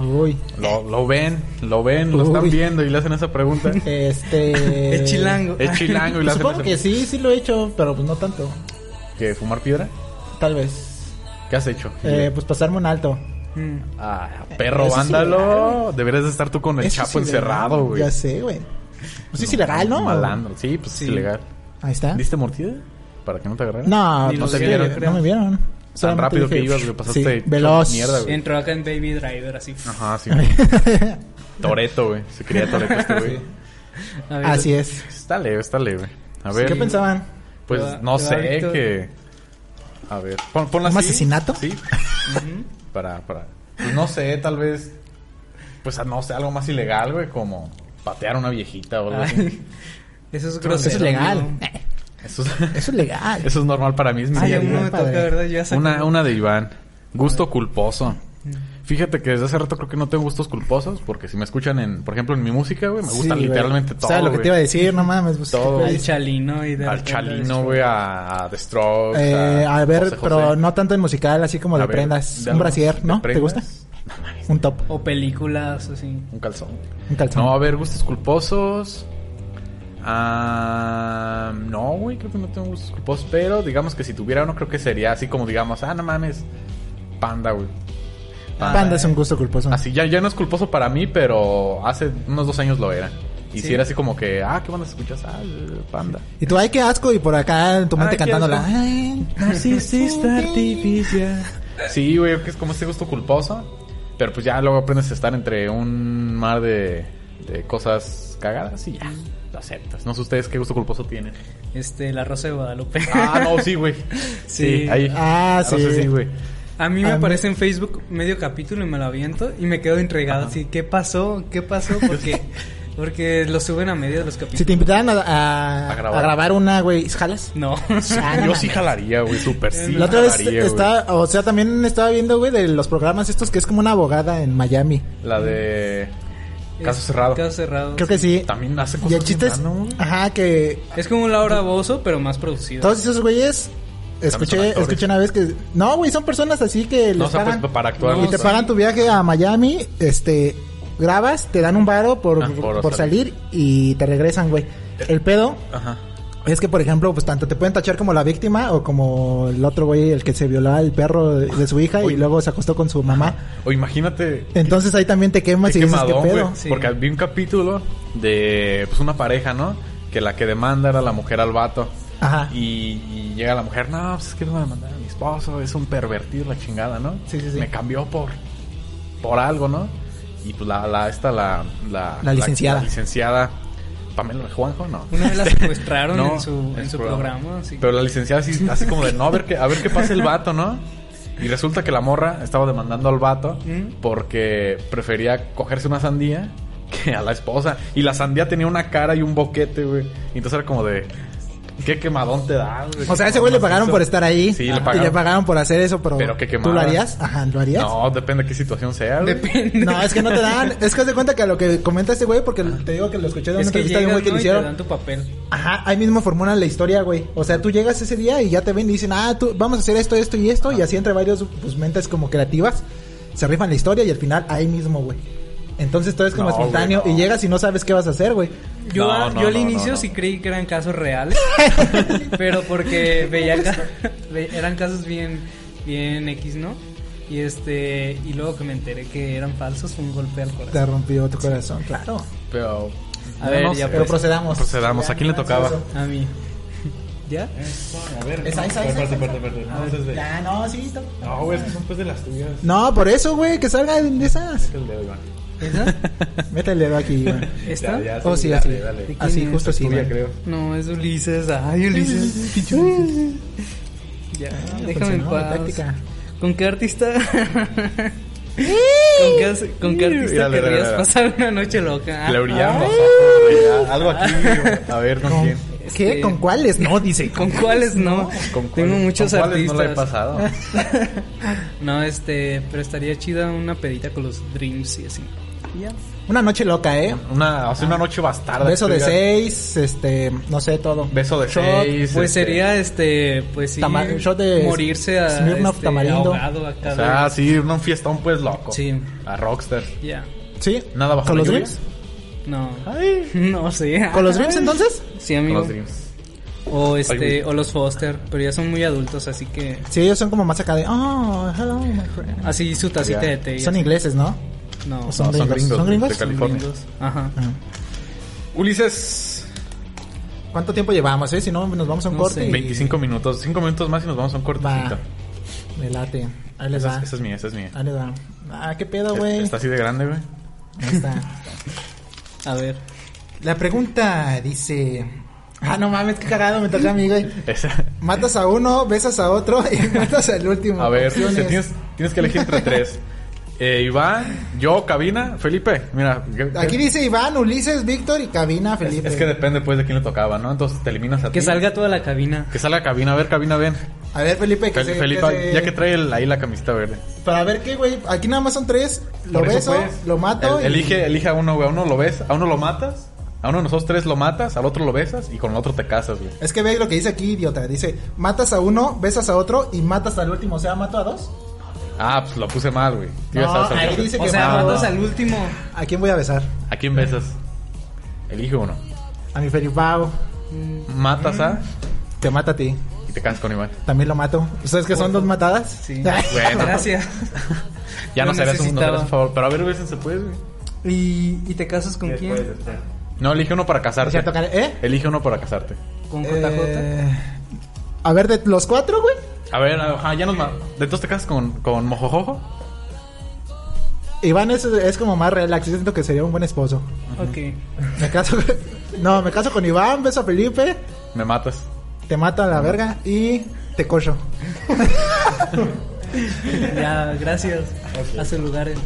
S4: Uy.
S3: Lo, lo ven, lo ven, lo
S4: Uy.
S3: están viendo y le hacen esa pregunta.
S4: Este.
S5: Es chilango.
S3: Es chilango y le
S4: Pues
S3: hacen
S4: supongo
S3: esa
S4: que sí, sí lo he hecho, pero pues no tanto.
S3: ¿Qué, ¿Fumar piedra?
S4: Tal vez.
S3: ¿Qué has hecho?
S4: Eh, pues pasarme un alto.
S5: Mm.
S3: Ah, perro,
S4: Eso es
S3: vándalo. Deberías de estar tú con el
S4: Eso
S3: chapo
S4: es ilegal,
S3: encerrado, güey.
S4: Ya sé, güey. Pues sí es ilegal, ¿no?
S3: Malandro. Sí, pues
S5: Sí.
S3: es ilegal.
S4: Ahí está.
S3: ¿Diste mordida? ¿Para que no te agarraran?
S4: No,
S5: Ni
S4: pues
S5: lo
S4: sí,
S5: vieron,
S4: no
S5: creo.
S4: me vieron.
S3: Tan
S4: Solamente
S3: rápido que
S4: dije,
S3: ibas, güey, pasaste.
S4: Sí, veloz.
S3: Mierda, güey.
S5: Entró acá en Baby Driver, así.
S3: Ajá, sí. güey. Toreto, güey. Se quería Toreto este güey.
S5: A ver,
S4: Así es.
S3: Está leve, está leve. A ver.
S4: ¿Qué pensaban?
S3: Pues
S5: Te va-
S3: no
S5: te va,
S3: sé
S5: Víctor.
S3: que. A ver, pon, ponla
S4: ¿Un
S3: así.
S4: asesinato?
S3: Sí. para, para. pues, no sé, tal vez. Pues no sé, algo más ilegal, güey, como patear a una viejita o algo así.
S5: Ay, Eso es
S4: Eso
S5: grosero.
S4: es legal.
S5: amigo.
S4: Eh,
S3: Eso es,
S4: Eso es legal.
S3: eso es normal para mí. es mi
S5: Ay,
S3: día
S5: a
S3: a
S5: mí
S3: día.
S5: no me toca,
S4: padre.
S5: ¿verdad? Yo ya saqué-
S3: Una, una de Iván. Gusto culposo.
S4: Mm.
S3: Fíjate que desde hace rato creo que no tengo gustos culposos, porque si me escuchan en, por ejemplo, en mi música, güey, me gusta
S4: Sí,
S3: literalmente
S4: güey.
S3: todo.
S4: O sea, lo que te iba a decir, no mames. pues,
S3: Todo.
S4: güey.
S5: Al Chalino y de
S3: Al
S5: repente
S3: Chalino,
S5: de-
S3: güey, a, a The Strokes,
S4: Eh, a ver,
S3: José José.
S4: pero no tanto en musical, así como
S3: A
S4: de
S3: ver,
S4: prendas.
S3: de
S4: un
S3: algo-
S4: brasier,
S3: de
S4: ¿no? ¿Te
S3: prendas.
S4: gusta? Un top,
S5: O películas, así.
S3: Un calzón.
S4: un calzón.
S3: No, a ver, gustos culposos. Ah, no, güey, creo que no tengo gustos culposos. Pero digamos que si tuviera uno, creo que sería así como digamos, ah, no mames, panda, güey.
S4: Panda, es un gusto culposo.
S3: Así, ya, ya no es culposo para mí, pero hace unos dos años lo era. Y
S5: Sí.
S3: si era así como que, ah, ¿qué bandas escuchas? Ah, eh, panda.
S4: Y tú, ay, qué asco, y por acá en tu mente
S3: Ay, Ah, qué
S4: cantándola.
S3: asco.
S4: "Ah, Ay,
S3: artificial. Sí, güey, que es como ese gusto culposo. Pero pues ya luego aprendes a estar entre un mar de, de cosas cagadas y ya, lo aceptas. No sé ustedes qué gusto culposo tienen.
S5: Este, La Rosa de Guadalupe.
S3: Ah, no, sí, güey.
S5: Sí.
S3: ahí.
S4: Ah,
S3: No
S4: sí.
S3: sé, sí, güey.
S5: A mí
S4: A
S5: me
S4: mí-
S5: aparece en Facebook medio capítulo y me lo aviento y me quedo entregado así, ¿qué pasó? ¿Qué pasó? Porque porque lo suben a medio de los capítulos.
S4: Si te invitaran a, a-
S3: A grabar.
S4: a grabar una, güey, ¿jalas?
S5: No.
S4: Ah, no
S3: Yo sí
S4: mames.
S3: jalaría, güey, súper sí.
S4: La otra vez
S3: jalaría, güey.
S4: estaba, o sea, también estaba viendo, güey, de los programas estos que es como una abogada en Miami.
S3: La de. Caso
S5: Es
S3: cerrado.
S5: Caso cerrado.
S4: Creo que sí.
S3: También hace cosas
S4: Y el chiste
S3: bien
S4: es.
S3: random.
S4: Ajá, que
S5: Es como un Laura Bozo, pero más producido.
S4: todos esos güeyes.
S3: son
S4: Escuché,
S3: actores.
S4: escuché una vez que. No, güey, son personas así que
S3: No,
S4: les
S3: o sea, pues,
S4: pagan.
S3: para actuar.
S4: y te
S5: sí.
S4: pagan tu viaje a Miami, este, grabas, te dan un varo por,
S3: Ah, por Eh.
S4: por, salir. y te regresan, güey. El pedo
S3: Ajá.
S4: es que, por ejemplo, pues tanto te pueden tachar como la víctima o como el otro güey, el que se violó al perro de- de su hija
S3: Oye.
S4: y luego se acostó con su mamá.
S3: O imagínate
S4: Entonces ahí también te quemas
S3: Qué
S4: y dices, ¿qué
S3: quemadón,
S4: pedo?
S3: güey.
S5: Sí.
S3: Porque vi un capítulo de pues una pareja, ¿no? Que la que demanda era la mujer al vato.
S4: Ajá.
S3: Y, y llega la mujer, no, pues es que me demandaron a mi esposo, es un pervertido la chingada, ¿no?
S4: Sí, sí, sí.
S3: Me cambió por, por algo, ¿no? Y pues la, la esta, la, la,
S4: La licenciada.
S3: La, licenciada Pamela Juanjo, no.
S5: Una vez la secuestraron
S3: No,
S5: en su, en su programa. así.
S3: Pero la licenciada así, así como de no, a ver, qué, a ver qué pasa el vato, ¿no? Y resulta que la morra estaba demandando al vato
S5: ¿Mm?
S3: porque prefería cogerse una sandía que a la esposa. Y la sandía tenía una cara y un boquete, güey. Y entonces era como de. ¿Qué quemadón te da, güey?
S4: O sea, a ese güey le pagaron por estar ahí.
S3: Sí,
S4: y
S3: le pagaron.
S4: le pagaron por hacer eso, pero,
S3: Pero qué
S4: ¿tú lo
S3: quemada.
S4: harías? Ajá, ¿lo harías?
S3: No, depende de qué situación sea, güey.
S5: Depende.
S4: No, es que no te dan. Es que haz de cuenta que a lo que comenta este güey, porque te digo que lo escuché de una
S5: es que
S4: entrevista de un
S5: llegan,
S4: güey que
S5: ¿no?
S4: le
S5: y te
S4: hicieron.
S5: dan tu papel.
S4: Ajá, ahí mismo formulan la historia, güey. O sea, tú llegas ese día y ya te ven y dicen, ah, tú, vamos a hacer esto, esto y esto. Y así entre varios pues, mentes como creativas, se rifan la historia y al final ahí mismo, güey. Entonces todo es como
S3: No, güey,
S4: espontáneo
S3: no.
S4: y llegas y no sabes qué vas a hacer, güey.
S5: Yo,
S3: No,
S5: a-
S3: no,
S5: yo al
S3: no, no,
S5: inicio
S3: no.
S5: sí creí que eran casos reales, pero porque veía ca- ve- eran casos bien bien X, ¿no? Y este y luego que me enteré que eran falsos fue un golpe al
S4: Te
S5: corazón.
S4: rompió tu corazón, claro.
S3: Pero.
S5: A ver, ya
S4: Pero
S5: pues.
S4: procedamos.
S3: Procedamos. ¿A quién le tocaba?
S5: A mí. ¿Ya?
S4: Esa, esa, esa, esa, esa. Ya, no, sí. to-
S3: No, güey, son pues de las tuyas.
S4: No, por eso, güey, que salgan de esas.
S3: El dedo, Iván.
S5: ¿Esa?
S4: Mete el dedo aquí, güey.
S5: ¿Esta?
S3: Ya,
S4: Oh, sí,
S3: dale,
S4: así.
S3: dale.
S4: Así,
S5: es?
S4: justo así,
S3: Tuya,
S4: güey.
S3: creo.
S5: No, es Ulises. Ay, Ulises. Pinche Ulises. ya,
S3: Ah,
S5: déjame en
S4: funcionó la
S5: paz.
S4: Pues, táctica.
S5: ¿Con qué artista? ¿Con qué, as- con qué artista
S3: Mira, mira, mira,
S5: querrías
S3: mira.
S5: pasar una noche loca?
S3: Le brillamos. "Ah, Algo aquí, güey. A ver, ¿con quién?
S4: ¿Qué? ¿Con cuáles? Este, No, dice.
S5: ¿Con cuáles no?
S3: ¿Con cuál-
S5: Tengo muchos
S3: con cuáles
S5: artistas.
S3: no la he pasado?
S5: No, este, pero estaría chida una pedita con los Dreams y así.
S4: Una noche loca, ¿eh?
S3: Una, hace una noche bastarda.
S4: Beso
S3: que
S4: de
S3: diga,
S4: seis, este, no sé, todo.
S3: Beso de
S4: Shot,
S3: seis.
S5: Pues
S3: este,
S5: sería, este, pues sí,
S4: Tama- shot de
S5: morirse a
S4: Smirnoff
S5: este,
S4: tamarindo.
S5: ahogado acá.
S3: O
S5: de-
S3: sea, sí, un fiestón pues loco.
S5: Sí.
S3: A Rockstar.
S5: Ya.
S4: ¿Sí?
S3: Nada bajo
S4: ¿Con
S3: la
S4: los
S3: lluvia?
S4: Dreams?
S5: No. No sé.
S4: ¿Con los Dreams entonces?
S5: Sí,
S3: Con
S5: amigo.
S3: los Dreams.
S5: O este,
S3: Ay,
S5: o los Foster, pero ya son muy adultos, así que
S4: Sí, ellos son como más acá de. Oh, hello, my friend.
S5: así su tacita
S3: Ya.
S5: de té. y
S4: Son
S5: así.
S4: ingleses, ¿no?
S5: No.
S4: Son
S3: No, son
S4: gringos.
S3: gringos.
S4: ¿Son gringos?
S3: De California.
S5: Ajá.
S3: Ulises.
S4: ¿Cuánto tiempo llevamos, eh? Si no, nos vamos a un
S5: No
S4: corte.
S5: sé.
S4: y-
S3: 25 minutos. 5 minutos más y nos vamos a un cortecito.
S4: Va. Me late. Ahí les
S3: Esa
S4: va.
S3: es, esa es mía, esa es mía.
S4: Ahí les va. Ah, qué pedo, güey.
S3: Está así de grande, güey.
S4: Ahí está.
S5: A ver.
S4: La pregunta dice. Ah, no mames, qué cagado me toca a mí, güey.
S3: Esa-
S4: Matas a uno, besas a otro y matas al último.
S3: A ver,
S4: Opciones.
S3: se- tienes, tienes que elegir entre tres. Eh, Iván, yo, cabina, Felipe. Mira, ¿qué-
S4: Aquí
S3: qué-
S4: dice Iván, Ulises, Víctor y Cabina Felipe.
S3: es que depende pues de quién le tocaba, ¿no? Entonces te eliminas a ti.
S5: Que salga toda la cabina.
S3: Que salga cabina, a ver, cabina, ven.
S4: A ver, Felipe, que
S3: Fel-
S4: se-
S3: Felipe,
S4: se-
S3: ya que trae el- ahí la camiseta verde.
S4: Para ver qué, güey. Aquí nada más son tres. Lo
S3: Por eso,
S4: beso,
S3: pues,
S4: lo mato.
S3: el-
S4: y-
S3: elige, elige a uno, güey. A uno lo ves, a uno lo matas, a uno de nosotros tres lo matas, al otro lo besas y con el otro te casas, güey.
S4: Es que ve lo que dice aquí, idiota. Dice: matas a uno, besas a otro y matas al último. O sea, mato a dos.
S3: Ah, pues lo puse mal, güey. Tú ya
S4: No,
S3: sabes al
S4: ahí
S3: revés.
S4: dice
S5: O
S4: que
S5: sea,
S4: mato
S5: matas
S4: a-
S5: al último.
S4: ¿A quién voy a besar?
S3: ¿A quién besas? Elige uno.
S4: A mi Felipao.
S3: Matas a
S4: Te mata a ti.
S3: y te casas con Iván.
S4: También lo mato. ¿Ustedes que son dos matadas?
S5: Sí.
S3: Bueno.
S5: Gracias.
S3: Ya no
S5: Lo
S3: serías un, no
S5: necesitaba.
S3: serías un favor. Pero a ver, bésense, pues, güey.
S5: ¿Y, y te casas con quién?
S3: No, elige uno para
S4: Es
S3: casarte.
S4: cierto, Karen. ¿Eh?
S3: Elige uno para casarte.
S5: ¿Con JJ?
S4: Eh, a ver, de los cuatro, güey.
S3: A ver, ajá, ya nos ma- Entonces te casas con, con Mojojojo.
S4: Iván es, es como más relax. Yo siento que sería un buen esposo.
S5: Ok.
S4: Me caso con- No, me caso con Iván, beso a Felipe,
S3: Me matas.
S4: te mato a la verga y te cocho.
S5: Ya, gracias. Hace lugares.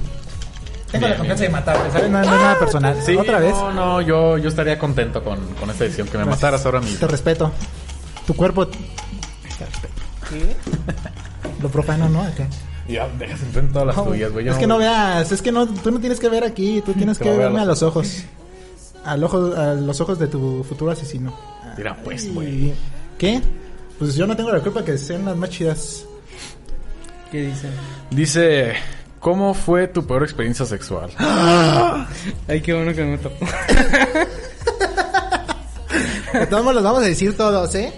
S4: Tengo la
S3: Bien,
S4: confianza de matarte, ¿sabes? No, no es nada personal.
S3: Sí,
S4: Otra vez.
S3: No, no, yo, yo estaría contento con, con esta decisión. Que me mataras ahora mismo.
S4: Te respeto. Tu cuerpo. Lo profano, ¿no? Acá.
S3: Ya, dejas enfrente todas las
S4: No,
S3: tuyas, güey. ya
S4: es que no veas, es que no, tú no tienes que ver aquí, tú tienes
S3: Te
S4: que
S3: va a ver
S4: verme
S3: a
S4: a los ojos. Al ojo, a los ojos de tu futuro asesino.
S3: Mira, pues,
S4: Y-
S3: güey.
S4: ¿Qué? Pues yo no tengo la culpa que sean las más chidas.
S5: ¿Qué dicen?
S3: Dice, ¿cómo fue tu peor experiencia sexual?
S5: Ay, qué bueno que no me tocó.
S4: De todos modos, los vamos a decir todos, ¿eh?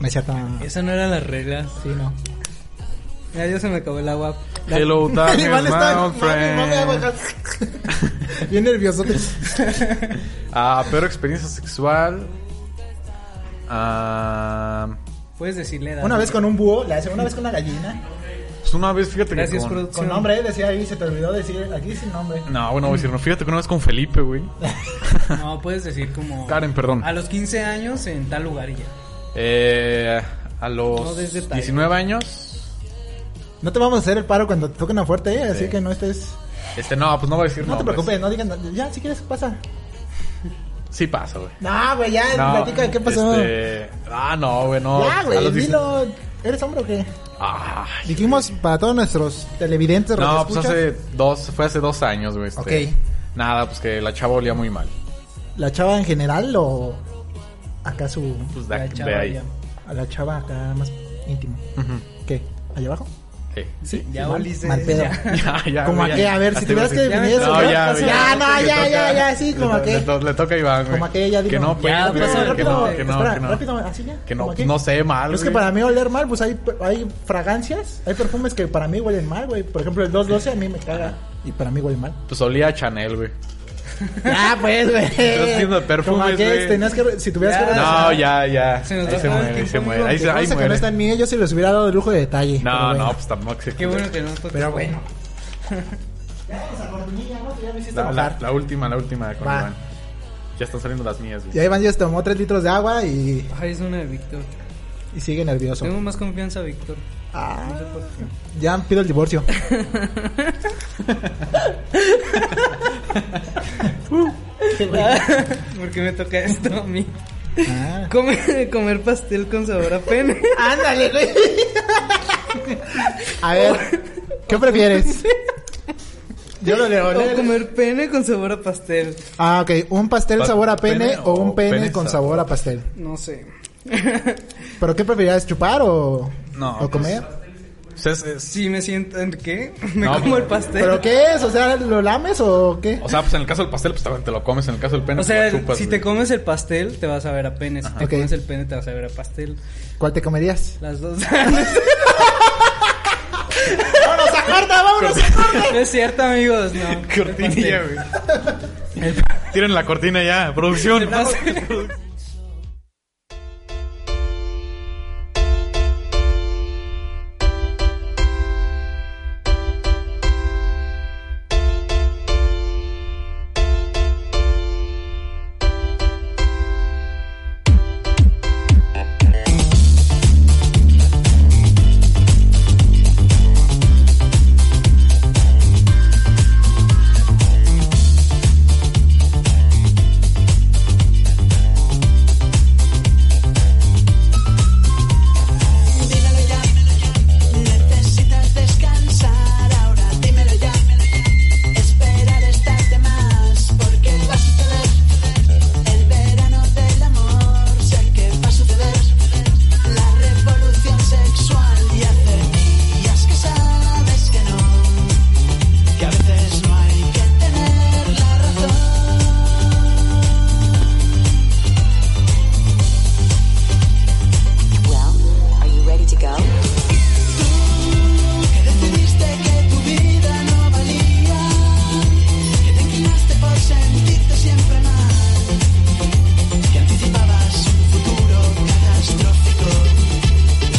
S4: Me cierto.
S5: Esa no eran las reglas.
S4: Sí, no.
S5: Ya, ya se me acabó el agua.
S3: Hello,
S4: El
S3: darkness,
S4: Iván
S3: my
S4: está-
S3: old
S4: mami, mami, agua
S3: friend.
S4: acá. Bien nervioso.
S3: Ah, peor experiencia sexual. Ah,
S5: Puedes decirle edad.
S4: Una vez con un búho, la segunda vez con una gallina.
S3: pues una vez, fíjate
S5: Gracias,
S3: que con-
S5: producción.
S4: Con nombre, eh, decía ahí, se te olvidó decir, aquí sin nombre.
S3: No, bueno, voy a decir, no, fíjate que una vez con Felipe, güey.
S5: No, puedes decir como.
S3: Karen, perdón.
S5: A los 15 años en tal lugar y ya.
S3: Eh, a los
S5: No des detalles.
S3: 19 años.
S4: No te vamos a hacer el paro cuando te toquen a fuerte, eh, así
S3: Sí.
S4: que no estés...
S3: Este, no, pues no voy a decir
S4: No, te
S3: nombres.
S4: preocupes, no digan... Ya, si quieres, pasa.
S3: Sí pasa, güey.
S4: No, güey, ya,
S3: No,
S4: platica, ¿qué pasó?
S3: este, ah, no, güey, no.
S4: ya,
S3: A
S4: güey,
S3: los 19
S4: dilo. ¿Eres hombre o qué?
S3: Ay,
S4: Dijimos para todos nuestros televidentes,
S3: No, pues
S4: radioescuchas,
S3: hace dos, fue hace dos años, güey. Este,
S4: Ok.
S3: Nada, pues que la chava olía muy mal.
S4: ¿La chava en general o acá su...
S3: Pues de,
S5: La
S3: de
S5: chava
S3: ahí.
S5: ya.
S4: A la chava acá más íntimo?
S3: Ujú.
S4: ¿Qué? ¿Allá abajo?
S3: Sí.
S4: Sí,
S5: ya
S4: mal-
S5: oliste,
S4: mal pedo.
S3: Ya,
S5: ya.
S3: ya,
S4: Como
S3: güey, ya.
S4: a qué, a ver, si
S3: Hasta
S4: tuvieras que
S3: iba a
S4: definir
S3: decir-
S4: eso,
S3: No,
S4: ¿qué
S3: ya,
S4: pasa?
S3: güey,
S4: Ya, no,
S3: le
S4: ya,
S3: toca-
S4: ya, ya, sí, como
S3: le
S4: a
S3: to-
S4: qué.
S3: Le, to- le toca a Iván, güey.
S4: Como a qué, ya digo.
S3: Que no, pues,
S5: Ya,
S3: güey,
S5: pasa,
S3: que
S4: rápido,
S3: no, que no,
S4: espera,
S3: que no.
S4: rápido, así ya.
S3: Que no, pues,
S4: ¿Cómo qué?
S3: no sé, mal,
S4: Es que
S3: güey.
S4: para mí oler mal, pues hay, hay fragancias, hay perfumes que para mí huelen mal, güey. Por ejemplo, el 212 a mí me caga y para mí huele mal.
S3: Pues olía a Chanel, güey. Ah,
S4: Ya, pues, güey.
S3: Estás diciendo de perfumes,
S4: Como a qué,
S3: güey.
S4: tenías que, si tuvieras
S5: Ya,
S4: que
S3: No, ya, ya.
S5: Se nos
S3: ahí se
S5: acaba el
S3: muere, ahí se
S5: tiempo,
S3: muere.
S5: amigo.
S3: Ahí, se, ahí
S4: Cosa que no
S3: muere.
S4: está en mí, yo se les hubiera dado el lujo de detalle. pero
S3: No,
S4: bueno.
S3: no, pues tampoco se
S5: Qué bueno que no nos tocó.
S4: Pero bueno. Ya me hiciste
S3: La,
S4: enojar.
S3: la, la última, la última con
S4: Va.
S3: Iván. Ya están saliendo las mías, güey.
S4: Ya Iván ya se tomó 3 litros de agua y,
S5: Ay, es una de Víctor.
S4: y sigue nervioso.
S5: Tengo más confianza, Víctor.
S4: Ah,
S5: No sé por qué.
S4: ya pido el divorcio.
S5: ¿Por qué me toca esto a mí?
S4: Ah.
S5: Comer, comer pastel con sabor a pene.
S4: Ándale, güey. A ver, ¿qué prefieres? Yo lo leo.
S5: O
S4: leo.
S5: comer pene con sabor a pastel.
S4: Ah, ok. ¿Un pastel
S3: Pa-
S4: sabor a pene,
S3: pene
S4: o un
S3: o
S4: pene,
S3: pene
S4: con
S3: sabor
S4: sabor a pastel?
S5: No sé.
S4: ¿Pero qué preferirías, chupar o,
S3: No,
S4: o
S3: pues,
S4: comer?
S3: Pues es- es-
S5: Si me siento en qué, me
S3: No,
S5: como el
S3: pero-
S5: pastel.
S4: ¿Pero qué es? O sea, ¿lo lames o qué?
S3: o sea, pues en el caso del pastel, pues también te lo comes. En el caso del pene,
S5: O
S3: pues,
S5: sea,
S3: lo chupas,
S5: si
S3: güey.
S5: te comes el pastel, te vas a ver a pene. Si te
S4: Ok.
S5: comes el pene, te vas a ver a pastel.
S4: ¿Cuál te comerías?
S5: Las dos.
S4: ¡Vámonos a corta, vámonos!
S5: no es cierto, amigos. No.
S3: Cortinilla, güey. Tiren la cortina ya, producción.
S5: El pastel.
S6: Dímelo ya, necesitas descansar ahora, dímelo ya, esperar estás de más, porque va a suceder, el verano del amor, sé que va a suceder, la revolución sexual y hacer días que sabes que no, que a veces no hay que tener la razón.
S7: Well, are you ready to go?
S6: Que decidiste que tu vida no valía, que te inclinaste por sentirte siempre mal, que anticipabas un futuro catastrófico,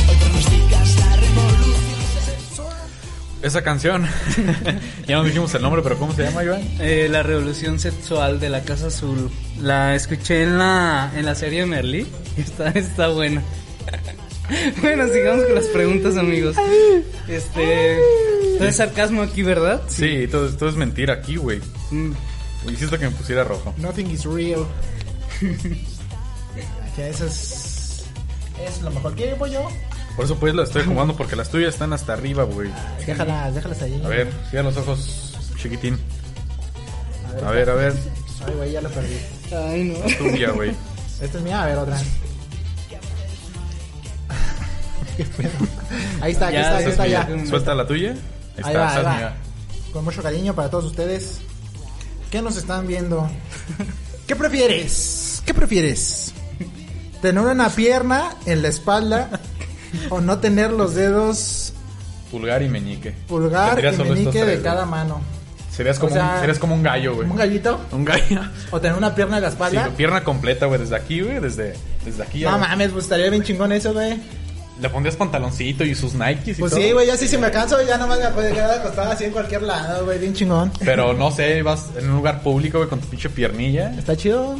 S6: hoy pronosticas la revolución sexual.
S3: Esa canción. ya no dijimos el nombre, pero ¿cómo se llama, Iván?
S5: Eh, la revolución sexual de la Casa Azul. La escuché en la, en la serie de Merlí. Está, está buena. bueno, sigamos con las preguntas, amigos. Este. Todo es sarcasmo aquí, ¿verdad?
S3: Sí, todo, todo es mentira aquí, güey.
S5: Mm,
S3: Hiciste que me pusiera rojo.
S4: Nothing is real. Ya, eso es... Es lo mejor que llevo yo.
S3: Por eso pues las estoy acomodando porque las tuyas están hasta arriba, güey.
S4: Déjalas, déjalas ahí.
S3: A ver, cierra los ojos, chiquitín. A ver, a ver,
S4: Ay, güey, ya lo perdí.
S5: Ay, no.
S3: tuya, güey.
S4: Esta es mía, a ver otra. Qué pedo. Ahí está, aquí
S5: Ya,
S4: está, aquí
S3: Esa
S4: está
S3: es
S4: ya.
S3: mía. Suelta la tuya. Ahí
S4: Ahí
S3: está,
S4: va,
S3: esa
S4: ahí
S3: es
S4: va.
S3: mía.
S4: Con mucho cariño para todos ustedes. ¿Qué nos están viendo? ¿Qué prefieres? ¿Qué prefieres? ¿Tener una pierna en la espalda o no tener los dedos
S3: Pulgar y meñique.
S4: pulgar
S3: Tendrías
S4: y
S3: solo estos
S4: meñique de
S3: tres,
S4: cada
S3: güey.
S4: mano?
S3: Serías
S4: O
S3: como,
S4: sea,
S3: un, serías como un gallo, güey.
S4: ¿Un gallito?
S3: Un gallo.
S4: ¿O tener una pierna en la
S3: Sí,
S4: espalda?
S3: pierna completa, güey, desde aquí, güey, desde, desde aquí.
S4: no
S3: güey.
S4: mames, pues estaría bien chingón eso, güey.
S3: Le pondrías pantaloncito y sus Nikes y
S4: Pues
S3: todo.
S4: sí, güey, ya sí, si me canso, ya nomás me puede quedar acostada así en cualquier lado, güey, bien chingón.
S3: Pero no sé, vas en un lugar público, güey, con tu pinche piernilla,
S4: Está chido.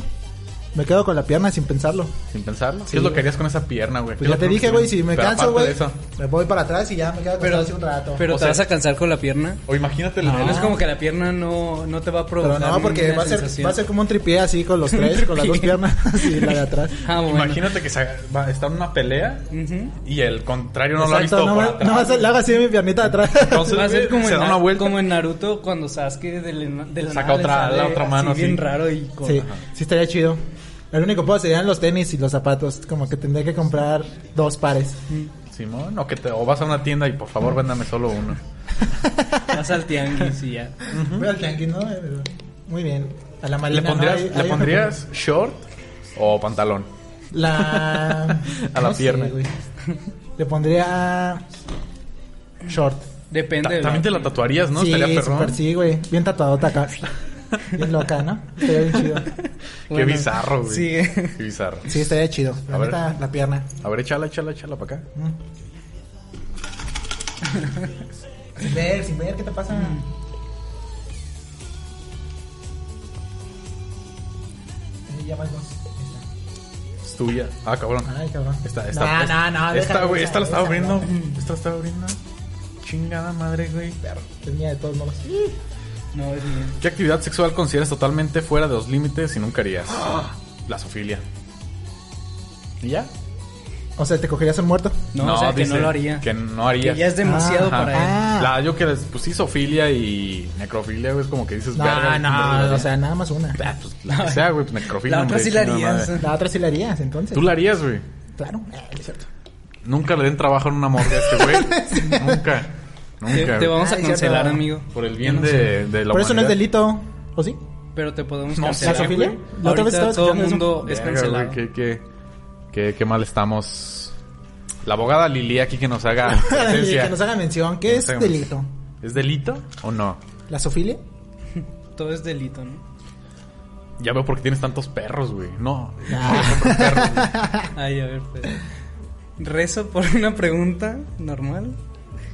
S4: Me quedo con la pierna sin pensarlo.
S3: sin pensarlo. ¿Qué
S4: Sí.
S3: es lo que harías con esa pierna, güey? ¿Qué es
S4: Pues ya
S3: lo
S4: te
S3: que-
S4: dije, güey, si me
S3: Pero
S4: canso,
S3: aparte de
S4: güey,
S3: eso,
S4: me voy para atrás y ya me quedo acostado
S5: Pero-
S4: así un rato.
S5: Pero
S3: O
S5: te
S3: sea-
S5: vas a cansar con la pierna.
S3: O imagínate,
S5: No,
S3: el-
S5: es como que la pierna no, no te va a
S4: Ah. Pero
S5: provocar.
S4: no, porque
S5: ninguna
S4: va a, ser,
S5: sensación.
S4: va a ser como un tripié así con los tres, con las dos
S5: Tripié.
S4: piernas y la de atrás.
S5: Ah, bueno.
S3: Imagínate que se, va- está en una pelea
S5: Ujú.
S3: y el contrario no lo ha
S4: Exacto,
S3: visto
S4: no,
S3: por
S4: me-
S3: atrás.
S4: no más le hago así mi piernita de atrás.
S3: Entonces,
S5: Va a ser
S3: güey,
S5: como,
S3: se
S5: en,
S3: da
S5: Na-
S3: una vuelta.
S5: como en Naruto cuando Sasuke de la, de la
S3: Saca
S5: nada le
S3: otra-
S5: sale
S3: la otra mano
S5: bien
S3: así.
S5: raro y con-
S4: Sí, sí estaría chido. El único puedo serían los tenis y los zapatos, como que tendría que comprar dos pares.
S3: Simón, o, que te- o vas a una tienda y por favor véndame solo uno.
S5: vas al tianguis y ya.
S4: Voy al tianguis, ¿no? Eh, Muy bien. A la
S3: ¿Le
S4: marina. ¿no?
S3: pondrías,
S4: Ahí-
S3: ¿le
S4: ahí me
S3: pondrías short o pantalón?
S4: pon- La.
S3: A la
S4: no sé,
S3: pierna.
S4: güey. le pondría. Short.
S3: Ta-
S5: Depende. de
S3: también te la tatuarías, Pues ¿no?
S4: sí,
S3: Estaría perrón.
S4: super, sí, güey. Bien tatuadota acá. Bien loca, ¿no? Estaría bien chido.
S3: Qué
S5: Bueno,
S3: bizarro, güey.
S5: sigue.
S3: Qué bizarro.
S4: Sí, estaría chido. La
S3: A ver.
S4: neta, la pierna.
S3: A ver, échala, échala, échala para acá.
S4: Sin ver, sin ver, ¿qué te pasa? Ahí Eh, ya van dos.
S3: Es tuya. Ah, cabrón.
S4: Ay, cabrón.
S3: Esta,
S4: No,
S3: esta.
S4: no,
S3: esta-
S4: no,
S3: Esta,
S4: déjala,
S3: güey, esta la estaba
S4: déjala, Mm.
S3: abriendo.
S4: déjala.
S3: Esta la estaba abriendo. Chingada madre, güey. Perro.
S4: Es mía de todos modos.
S5: No, es bien.
S3: ¿Qué actividad sexual consideras totalmente fuera de los límites y nunca harías?
S4: ¡Ah!
S3: La sofilia. ¿Y ya?
S4: O sea, ¿te cogerías un muerto?
S5: No, o sea, que no
S3: dice
S5: lo haría.
S3: Que no haría.
S5: Que ya es demasiado
S4: Ah,
S5: para él.
S4: ah.
S3: La, yo que les, pues sí, sofilia y necrofilia, güey, es como que dices,
S4: No,
S3: verga,
S4: no,
S3: verga.
S4: o sea, nada más una.
S3: Ah, pues, la que sea, güey, pues necrofilia.
S5: La otra
S3: hombre,
S5: sí la
S3: chingada
S5: harías.
S3: madre.
S4: La otra sí la harías, entonces.
S3: Tú la harías, güey.
S4: Claro, eh, es cierto.
S3: Nunca le den trabajo en una morgue a este güey. Nunca.
S5: Te,
S3: Nunca.
S5: te vamos
S4: Ay,
S5: a
S4: ya
S5: cancelar,
S4: no.
S5: amigo.
S3: Por el bien de, de la
S4: Pero eso no es
S3: humanidad.
S4: delito, ¿o sí?
S5: Pero te podemos
S3: No sé,
S5: cancelar.
S4: ¿La sofilia?
S3: güey.
S4: La otra vez
S5: Ahorita
S4: estaba
S5: todo el
S4: escuchando eso.
S5: mundo es
S3: Verga, güey,
S5: cancelado.
S3: qué, qué- qué- qué mal estamos. La abogada Lili aquí que nos haga presencia.
S4: que nos haga mención.
S3: Que
S4: ¿Qué
S3: nos
S4: es
S3: haga
S4: delito?
S3: ¿Es delito o no?
S4: ¿La sofilia?
S5: Todo es delito, ¿no?
S3: Ya veo por qué tienes tantos perros, güey. No.
S5: Ay, a ver, pues. Rezo por una pregunta normal.